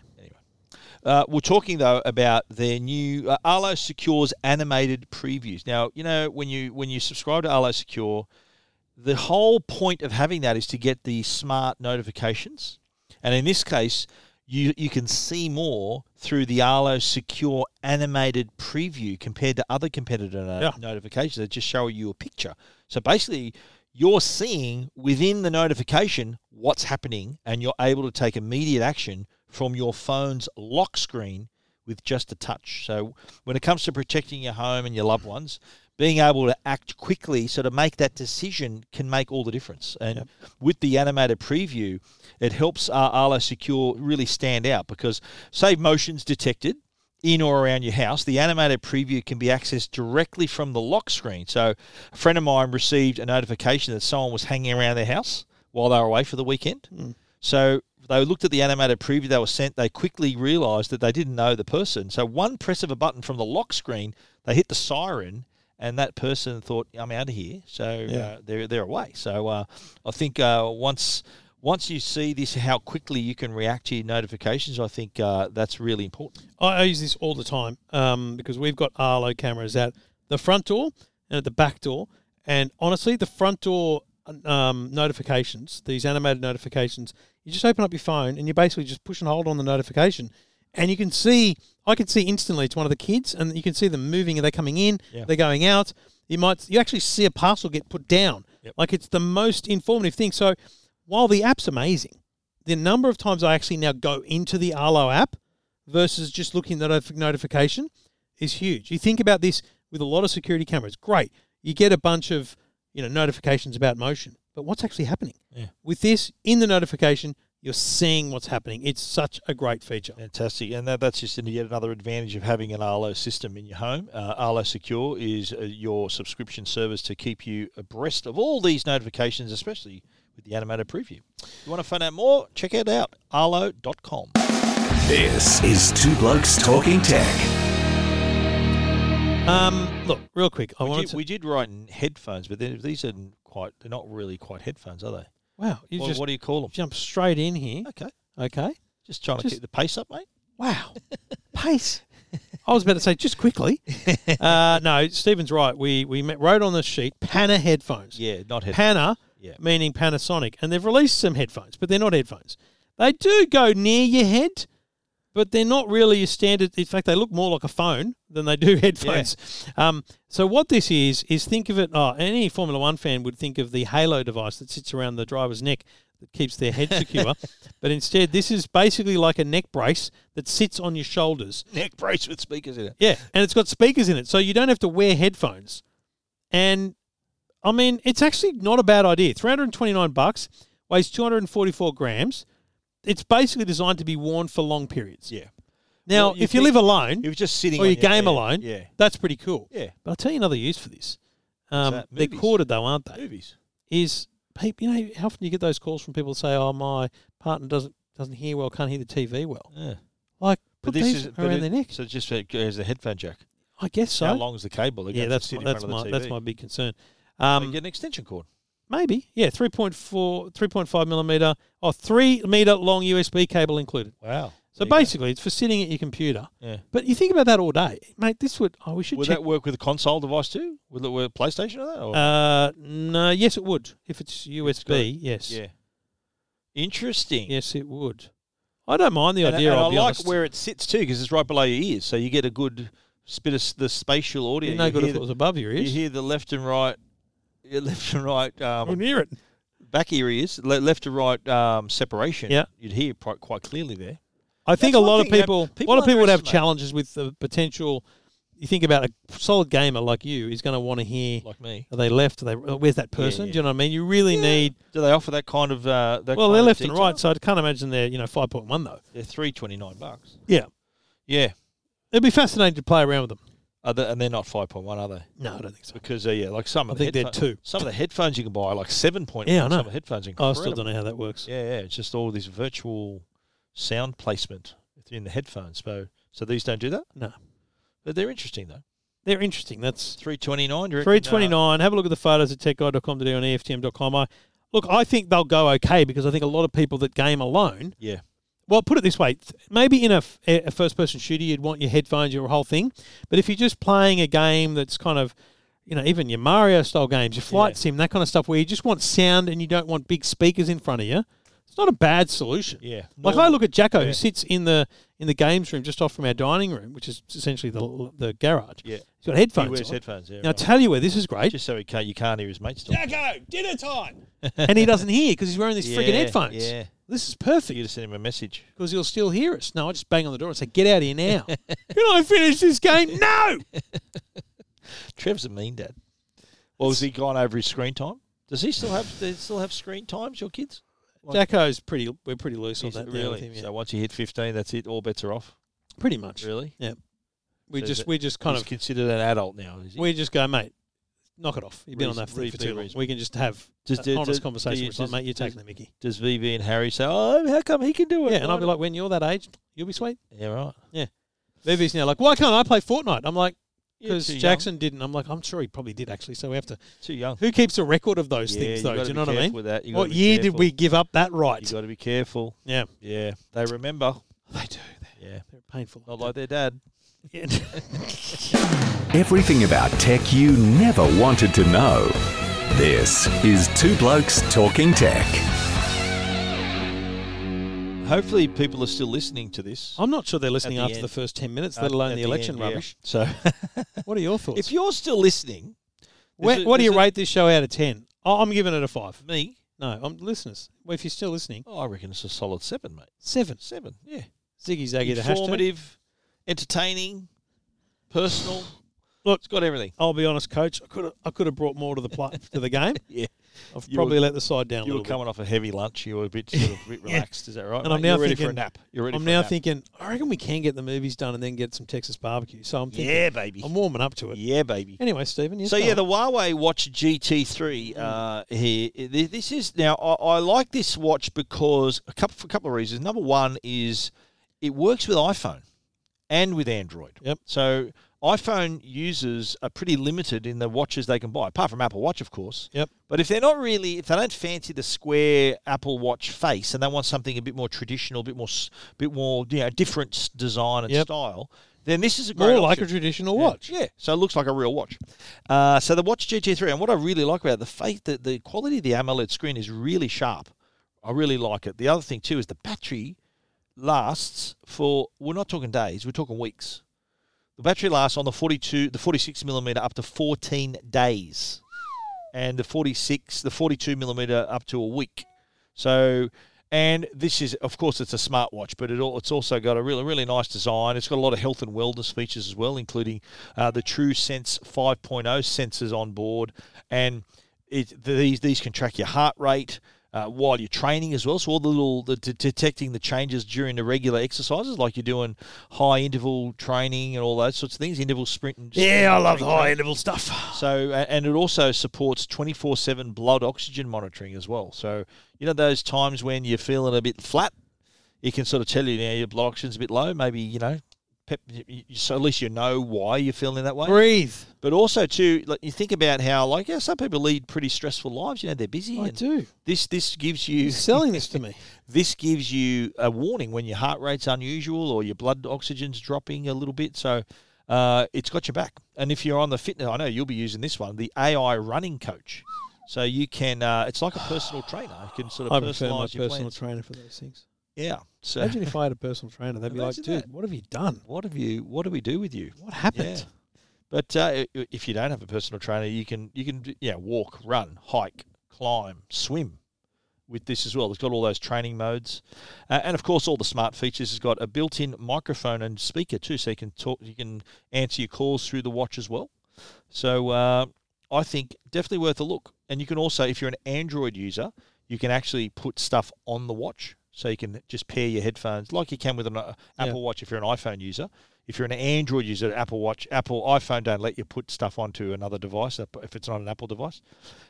Speaker 2: Uh, we're talking though about their new uh, Arlo Secure's animated previews. Now, you know when you when you subscribe to Arlo Secure, the whole point of having that is to get the smart notifications, and in this case, you you can see more through the Arlo Secure animated preview compared to other competitor no-
Speaker 1: Yeah.
Speaker 2: notifications that just show you a picture. So basically, you're seeing within the notification what's happening, and you're able to take immediate action from your phone's lock screen with just a touch. So when it comes to protecting your home and your loved ones, being able to act quickly, sort of make that decision, can make all the difference. And with the animated preview, it helps our Arlo Secure really stand out because save motions detected in or around your house, the animated preview can be accessed directly from the lock screen. So, a friend of mine received a notification that someone was hanging around their house while they were away for the weekend. So, they looked at the animated preview they were sent. They quickly realized that they didn't know the person. So, one press of a button from the lock screen, they hit the siren. And that person thought, "I'm out of here," so uh, they're they're away. So uh, I think uh, once once you see this, how quickly you can react to your notifications, I think uh, that's really important.
Speaker 1: I, I use this all the time um, because we've got Arlo cameras at the front door and at the back door. And honestly, the front door um, notifications, these animated notifications, you just open up your phone and you basically just push and hold on the notification. And you can see, I can see instantly it's one of the kids, and you can see them moving and they're coming in,
Speaker 2: Yeah.
Speaker 1: they're going out. You might, you actually see a parcel get put down. Like it's the most informative thing. So while the app's amazing, the number of times I actually now go into the Arlo app versus just looking at notif- notification is huge. You think about this with a lot of security cameras. Great, you get a bunch of you know notifications about motion, but what's actually happening? With this in the notification, you're seeing what's happening. It's such a great feature.
Speaker 2: Fantastic, and that, that's just yet another advantage of having an Arlo system in your home. Uh, Arlo Secure is uh, your subscription service to keep you abreast of all these notifications, especially with the animated preview. If you want to find out more? Check it out arlo.com.
Speaker 3: This is Two Blokes Talking Tech.
Speaker 1: Um, look, real quick, I
Speaker 2: We
Speaker 1: wanted
Speaker 2: did,
Speaker 1: to.
Speaker 2: we did write in headphones, but they- these are quite. They're not really quite headphones, are they?
Speaker 1: wow, you
Speaker 2: What,
Speaker 1: just
Speaker 2: what do you call them?
Speaker 1: jump straight in here.
Speaker 2: Okay,
Speaker 1: Okay,
Speaker 2: just trying
Speaker 1: Just-
Speaker 2: to keep the pace up, mate.
Speaker 1: wow, pace. I was about to say just quickly. Uh, no, Stephen's right. We we met, wrote on the sheet Pana headphones.
Speaker 2: Yeah, not headphones.
Speaker 1: Pana,
Speaker 2: Yeah.
Speaker 1: meaning Panasonic, and they've released some headphones, but they're not headphones. They do go near your head, but they're not really your standard. In fact, they look more like a phone than they do headphones. Um, so what this is is think of it. Oh, any Formula One fan would think of the halo device that sits around the driver's neck that keeps their head secure, but instead this is basically like a neck brace that sits on your shoulders.
Speaker 2: Neck brace with speakers in it.
Speaker 1: Yeah, and it's got speakers in it, so you don't have to wear headphones. And I mean, it's actually not a bad idea. Three hundred and twenty-nine bucks, weighs two hundred and forty-four grams. It's basically designed to be worn for long periods.
Speaker 2: Yeah, Oh,
Speaker 1: Now,
Speaker 2: Well, you
Speaker 1: if you
Speaker 2: think-
Speaker 1: live alone
Speaker 2: it was just sitting.
Speaker 1: or
Speaker 2: on
Speaker 1: you game
Speaker 2: yeah,
Speaker 1: alone,
Speaker 2: Yeah,
Speaker 1: that's pretty cool.
Speaker 2: yeah.
Speaker 1: But I'll tell you another use for this. Um,
Speaker 2: that?
Speaker 1: they're
Speaker 2: Movies.
Speaker 1: corded though, aren't they?
Speaker 2: Movies.
Speaker 1: Is people, you know, how often you get those calls from people that say, "Oh, my partner doesn't doesn't hear well, can't hear the TV well."
Speaker 2: Yeah.
Speaker 1: Like
Speaker 2: But
Speaker 1: put
Speaker 2: this
Speaker 1: these
Speaker 2: is but
Speaker 1: around
Speaker 2: it-
Speaker 1: their neck.
Speaker 2: So just uh, as a headphone jack.
Speaker 1: I guess so.
Speaker 2: How long is the cable? that
Speaker 1: yeah,
Speaker 2: goes
Speaker 1: that's
Speaker 2: to
Speaker 1: my,
Speaker 2: sit in
Speaker 1: that's
Speaker 2: front of
Speaker 1: my
Speaker 2: the
Speaker 1: that's
Speaker 2: TV?
Speaker 1: my big concern.
Speaker 2: They
Speaker 1: Um,
Speaker 2: get an extension cord.
Speaker 1: maybe yeah, 3.4, 3.5 millimeter or three meter long USB cable included.
Speaker 2: Wow.
Speaker 1: So basically, it's for sitting at your computer.
Speaker 2: Yeah.
Speaker 1: But you think about that all day, mate. This would oh, we should
Speaker 2: Would
Speaker 1: check.
Speaker 2: that work with a console device too? Will it work with PlayStation or that? Or?
Speaker 1: uh, no, yes, it would if it's
Speaker 2: got-
Speaker 1: USB. yes,
Speaker 2: yeah. Interesting.
Speaker 1: yes, it would. I don't mind the
Speaker 2: And,
Speaker 1: idea.
Speaker 2: and
Speaker 1: I'll
Speaker 2: I
Speaker 1: be
Speaker 2: like
Speaker 1: honest.
Speaker 2: where it sits too because it's right below your ears, so you get a good s- bit of s- the spatial audio.
Speaker 1: It'd be no
Speaker 2: you,
Speaker 1: good
Speaker 2: hear
Speaker 1: if it
Speaker 2: the,
Speaker 1: was above your
Speaker 2: you
Speaker 1: ears.
Speaker 2: hear the left and right, yeah, left and right
Speaker 1: Oh,
Speaker 2: um,
Speaker 1: near it.
Speaker 2: back ear ears, le- left to right um, separation.
Speaker 1: Yeah.
Speaker 2: you'd hear pri- quite clearly there.
Speaker 1: I think a
Speaker 2: That's one
Speaker 1: lot of
Speaker 2: thing, yeah,
Speaker 1: people,
Speaker 2: people
Speaker 1: a lot of people would have
Speaker 2: underestimate.
Speaker 1: challenges with the potential. You think about a solid gamer like you is going to want to hear
Speaker 2: Like me.
Speaker 1: Are they left? Are they? uh, Where's that person? Do you know what I mean? You really need.
Speaker 2: Do they offer that kind of? Uh, that
Speaker 1: Well,
Speaker 2: kind
Speaker 1: they're
Speaker 2: of
Speaker 1: left and
Speaker 2: detail?
Speaker 1: right, so I can't imagine they're you know five point one though.
Speaker 2: They're three twenty nine bucks.
Speaker 1: Yeah,
Speaker 2: Yeah,
Speaker 1: it'd be fascinating to play around with them.
Speaker 2: are they, and they're not five point one, are they?
Speaker 1: No, I don't think so.
Speaker 2: Because uh, yeah, like some.
Speaker 1: I
Speaker 2: of the
Speaker 1: think they're
Speaker 2: headpho-
Speaker 1: two.
Speaker 2: Some of the headphones you can buy are like seven point one.
Speaker 1: Yeah, I know.
Speaker 2: Some of the headphones
Speaker 1: Oh,
Speaker 2: are
Speaker 1: I
Speaker 2: incredible.
Speaker 1: still don't know how that works.
Speaker 2: Yeah, yeah, it's just all this virtual sound placement in the headphones. So, so these don't do that.
Speaker 1: No,
Speaker 2: But they're interesting though.
Speaker 1: they're interesting. That's
Speaker 2: Three twenty nine.
Speaker 1: three twenty
Speaker 2: Uh,
Speaker 1: nine. Have a look at the photos at techguide.com today on E EFTM.com. I look, I think they'll go okay because I think a lot of people that game alone
Speaker 2: Yeah,
Speaker 1: Well, put it this way: th- maybe in a, f- a first-person shooter, you'd want your headphones, your whole thing. But if you're just playing a game that's kind of, you know, even your Mario-style games, your flight
Speaker 2: Yeah.
Speaker 1: sim, that kind of stuff, where you just want sound and you don't want big speakers in front of you, it's not a bad solution.
Speaker 2: Yeah.
Speaker 1: Like I look at Jacko,
Speaker 2: Yeah.
Speaker 1: who sits in the in the games room just off from our dining room, which is essentially the the garage.
Speaker 2: Yeah.
Speaker 1: He's got
Speaker 2: He
Speaker 1: headphones.
Speaker 2: wears
Speaker 1: on.
Speaker 2: headphones. Yeah,
Speaker 1: Now I
Speaker 2: right.
Speaker 1: tell you where this is great,
Speaker 2: just so he can't, you can't hear his mates talk.
Speaker 5: Jacko, dinner time.
Speaker 1: and he doesn't hear because he's wearing these friggin'
Speaker 2: Yeah,
Speaker 1: headphones.
Speaker 2: yeah.
Speaker 1: This is
Speaker 2: You
Speaker 1: perfect
Speaker 2: could have sent him a message.
Speaker 1: because he'll still hear us. No, I just bang on the door and say, "Get out of here now! Can I finish this game? No,
Speaker 2: Trev's a mean dad. Well, has he gone over his screen time? Does he still have? They still have screen times? Your kids?
Speaker 1: Jacko's pretty. We're pretty loose on
Speaker 2: Is
Speaker 1: that.
Speaker 2: it
Speaker 1: now
Speaker 2: really?
Speaker 1: with him, yeah.
Speaker 2: So once you hit fifteen, that's it. All bets are off.
Speaker 1: pretty much.
Speaker 2: Really?
Speaker 1: We
Speaker 2: So
Speaker 1: just
Speaker 2: that-
Speaker 1: we just kind
Speaker 2: He's
Speaker 1: of
Speaker 2: considered an adult now. Is he?
Speaker 1: we just go, mate. Knock it off. You've been on
Speaker 2: Reason-
Speaker 1: that thing for
Speaker 2: reasonably
Speaker 1: too long.
Speaker 2: reasonable.
Speaker 1: We can just have
Speaker 2: Just
Speaker 1: an
Speaker 2: do-
Speaker 1: honest
Speaker 2: do- do
Speaker 1: conversation.
Speaker 2: you-
Speaker 1: Which is like,
Speaker 2: just-
Speaker 1: mate, you're
Speaker 2: just-
Speaker 1: taking the mickey.
Speaker 2: Does VV and Harry say, "Oh, how come he can do it?"
Speaker 1: Yeah, and I'll be
Speaker 2: Why
Speaker 1: like, when you're that age, you'll be sweet.
Speaker 2: not?" "Yeah, right."
Speaker 1: Vivi's now like, why can't I play Fortnite? I'm like,
Speaker 2: You're
Speaker 1: because
Speaker 2: too young.
Speaker 1: Jackson didn't. I'm like, I'm sure he probably did actually. So we have to.
Speaker 2: too young.
Speaker 1: Who keeps a record of those
Speaker 2: Yeah,
Speaker 1: things
Speaker 2: you
Speaker 1: though?
Speaker 2: gotta
Speaker 1: Do you
Speaker 2: be
Speaker 1: know what I
Speaker 2: careful
Speaker 1: mean?
Speaker 2: with that. You
Speaker 1: What
Speaker 2: gotta be
Speaker 1: year did
Speaker 2: careful.
Speaker 1: we give up that
Speaker 2: You
Speaker 1: right?
Speaker 2: got to be careful.
Speaker 1: Yeah,
Speaker 2: Yeah, they remember.
Speaker 1: they do.
Speaker 2: Yeah,
Speaker 1: They're painful.
Speaker 2: not like their dad.
Speaker 1: Yeah.
Speaker 3: Everything about tech you never wanted to know. This is Two Blokes Talking Tech.
Speaker 2: Hopefully, people are still listening to this.
Speaker 1: I'm not sure they're listening
Speaker 2: the
Speaker 1: after
Speaker 2: end.
Speaker 1: the first ten minutes,
Speaker 2: at-
Speaker 1: let alone
Speaker 2: at
Speaker 1: the election
Speaker 2: end, yeah.
Speaker 1: rubbish.
Speaker 2: So,
Speaker 1: What are your thoughts?
Speaker 2: if you're still listening,
Speaker 1: Where,
Speaker 2: there's a-
Speaker 1: what do you
Speaker 2: there's a-
Speaker 1: rate this show out of ten? Oh, I'm giving it a five.
Speaker 2: Me,
Speaker 1: No, I'm listeners. Well, if you're still listening,
Speaker 2: oh, I reckon it's a solid seven, mate.
Speaker 1: seven.
Speaker 2: Seven, yeah.
Speaker 1: Ziggy Zaggy the hashtag.
Speaker 2: Informative, entertaining, personal.
Speaker 1: Look,
Speaker 2: It's got everything.
Speaker 1: I'll be honest, Coach. I could have, I could have brought more to the pl- to the game.
Speaker 2: Yeah.
Speaker 1: I've
Speaker 2: You
Speaker 1: probably
Speaker 2: were-
Speaker 1: let the side down.
Speaker 2: You
Speaker 1: a
Speaker 2: were
Speaker 1: little bit.
Speaker 2: coming off a heavy lunch. You were a bit sort of a bit relaxed. Is that right?
Speaker 1: And I'm
Speaker 2: mate? You're
Speaker 1: now
Speaker 2: ready for a
Speaker 1: thinking-
Speaker 2: nap. You're ready.
Speaker 1: I'm
Speaker 2: for a
Speaker 1: now
Speaker 2: nap.
Speaker 1: thinking, I reckon we can get the movies done and then get some Texas barbecue. So I'm thinking,
Speaker 2: yeah, baby.
Speaker 1: I'm warming up to it.
Speaker 2: Yeah, baby.
Speaker 1: Anyway, Stephen, yes,
Speaker 2: So
Speaker 1: go
Speaker 2: yeah,
Speaker 1: on.
Speaker 2: the Huawei Watch GT3 uh, here. th- This is now I, I like this watch because a couple for a couple of reasons. Number one is it works with iPhone and with Android.
Speaker 1: Yep.
Speaker 2: So iPhone users are pretty limited in the watches they can buy, apart from Apple Watch, of course.
Speaker 1: Yep.
Speaker 2: But if they're not really, if they don't fancy the square Apple Watch face and they want something a bit more traditional, a bit more, s- bit more, you know, different s- design and
Speaker 1: Yep.
Speaker 2: style, then this is a great
Speaker 1: more like a
Speaker 2: option.
Speaker 1: traditional watch.
Speaker 2: Yeah, so it looks like a real watch. Uh, so the Watch GT3, and what I really like about it, the faith that the quality of the AMOLED screen is really sharp. I really like it. The other thing too is the battery lasts for we're not talking days, we're talking weeks. The battery lasts on the 42, the 46 millimeter up to 14 days, and the 46, the 42 millimeter up to a week. So, and this is, of course, it's a smartwatch, but it all, it's also got a really, really nice design. It's got a lot of health and wellness features as well, including uh, the True Sense 5.0 sensors on board, and it, these these can track your heart rate. Uh, while you're training as well, so all the little the de- detecting the changes during the regular exercises, like you're doing high interval training and all those sorts of things, interval sprint. And
Speaker 1: Yeah, I love high interval stuff.
Speaker 2: so, a- and it also supports 24 7 blood oxygen monitoring as well. So, you know, those times when you're feeling a bit flat, it can sort of tell you now your blood oxygen's a bit low. Maybe, you know, pep, y- y- so at least you know why you're feeling that way.
Speaker 1: Breathe.
Speaker 2: But also, too, like you think about how, like, yeah, some people lead pretty stressful lives. You know, they're busy.
Speaker 1: I
Speaker 2: and
Speaker 1: do.
Speaker 2: This, this gives you
Speaker 1: You're selling this to me.
Speaker 2: this gives you a warning when your heart rate's unusual or your blood oxygen's dropping a little bit. So uh, it's got your back. And if you're on the fitness, I know you'll be using this one, the AI running coach. So you can, uh, it's like a personal trainer. You can sort
Speaker 1: I
Speaker 2: of
Speaker 1: prefer my
Speaker 2: personalise your
Speaker 1: personal
Speaker 2: plans.
Speaker 1: trainer for those things.
Speaker 2: yeah. So
Speaker 1: Imagine if I had a personal trainer, they'd be like,
Speaker 2: Imagine
Speaker 1: dude,
Speaker 2: that.
Speaker 1: what have you done?
Speaker 2: what have you? What do we do with you?
Speaker 1: What
Speaker 2: Yeah.
Speaker 1: happened?
Speaker 2: But uh, i- if you don't have a personal trainer, you can you can do- yeah walk, run, hike, climb, swim with this as well. It's got all those training modes, uh, and of course all the smart features. It's got a built-in microphone and speaker too, so you can talk, you can answer your calls through the watch as well. So uh, I think definitely worth a look. And you can also, if you're an Android user, you can actually put stuff on the watch. So you can just pair your headphones like you can with an uh, Apple Watch if you're an iPhone user. If you're an Android user, Apple Watch, Apple iPhone don't let you put stuff onto another device up- if it's not an Apple device.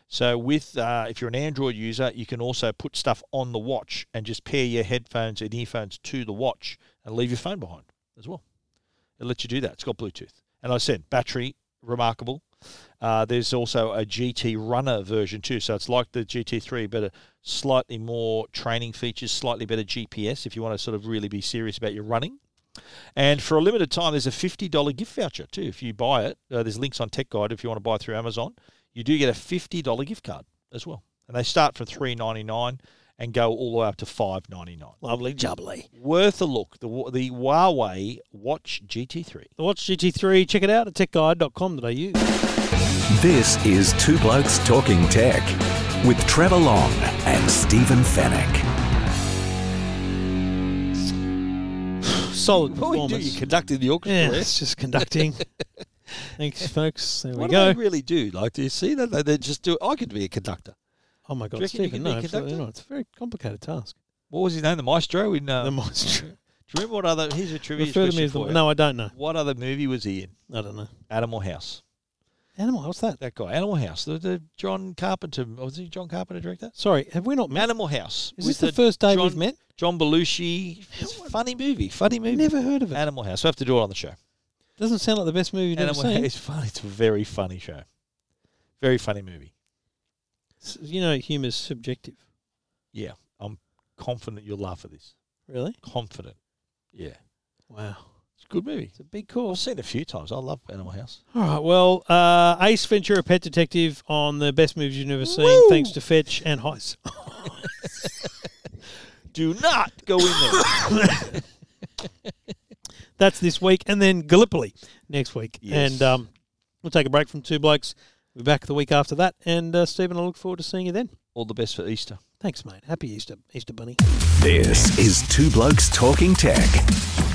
Speaker 2: So with uh, if you're an Android user, you can also put stuff on the watch and just pair your headphones and earphones to the watch and leave your phone behind as well. It lets you do that. It's got Bluetooth. And I said battery remarkable. Uh, there's also a GT Runner version too, so it's like the GT3, but a slightly more training features, slightly better GPS if you want to sort of really be serious about your running. And for a limited time, there's a $50 gift voucher too. If you buy it, uh, there's links on Tech Guide if you want to buy through Amazon. You do get a $50 gift card as well. And they start from $3.99 and go all the way up to five ninety nine.
Speaker 6: Lovely jubbly.
Speaker 2: Worth a look. The wa- the Huawei Watch GT three.
Speaker 1: The Watch GT3, check it out at techguide.com.au.
Speaker 3: This is Two Blokes Talking Tech with Trevor Long and Stephen Fennec.
Speaker 1: Solid
Speaker 2: What do you
Speaker 1: performance.
Speaker 2: conducted the orchestra? eh?
Speaker 1: Yeah,
Speaker 2: there?
Speaker 1: it's just conducting. Thanks, folks. There we
Speaker 2: What do
Speaker 1: go.
Speaker 2: they really do? Like, do you see that? They- They just do. I could be a conductor.
Speaker 1: oh my
Speaker 2: Do
Speaker 1: God,
Speaker 2: you reckon you
Speaker 1: Stephen,
Speaker 2: could be
Speaker 1: no,
Speaker 2: a
Speaker 1: absolutely
Speaker 2: conductor?
Speaker 1: not. It's a very complicated task.
Speaker 2: What was his name? The maestro in. Uh,
Speaker 1: the monster.
Speaker 2: do you remember what other? Here's a trivia
Speaker 1: Refer to me
Speaker 2: question
Speaker 1: as the.
Speaker 2: for you.
Speaker 1: No, I don't know.
Speaker 2: What other movie was he in?
Speaker 1: I don't know.
Speaker 2: Animal House.
Speaker 1: Animal, what's that?
Speaker 2: That guy, Animal House. The, the John Carpenter. Was he John Carpenter director?
Speaker 1: Sorry, have we not met?
Speaker 2: Animal House.
Speaker 1: Is
Speaker 2: with
Speaker 1: this the first day
Speaker 2: John,
Speaker 1: we've met?
Speaker 2: John Belushi. It's a funny movie. Funny movie.
Speaker 1: Never heard of it.
Speaker 2: Animal House. We have to do it on the show.
Speaker 1: Doesn't sound like the best movie you've ever
Speaker 2: Animal House.
Speaker 1: seen.
Speaker 2: It's funny. It's a very funny show. Very funny movie.
Speaker 1: S- You know, humour's subjective.
Speaker 2: Yeah, I'm confident you'll laugh at this.
Speaker 1: Really?
Speaker 2: Confident. Yeah,
Speaker 1: Wow.
Speaker 2: it's a good movie.
Speaker 1: It's a big
Speaker 2: I've
Speaker 1: course.
Speaker 2: seen it a few times. I love Animal House.
Speaker 1: All right. Well, uh, Ace Ventura, Pet Detective, on the best movies you've never seen, thanks to Fetch and Heiss.
Speaker 2: Do not go in there.
Speaker 1: That's this week, and then Gallipoli next week.
Speaker 2: Yes.
Speaker 1: And um, we'll take a break from Two Blokes. We'll be back the week after that. And uh, Stephen, I look forward to seeing you then.
Speaker 2: All the best for Easter.
Speaker 1: Thanks, mate. Happy Easter, Easter Bunny.
Speaker 3: This is Two Blokes Talking Tech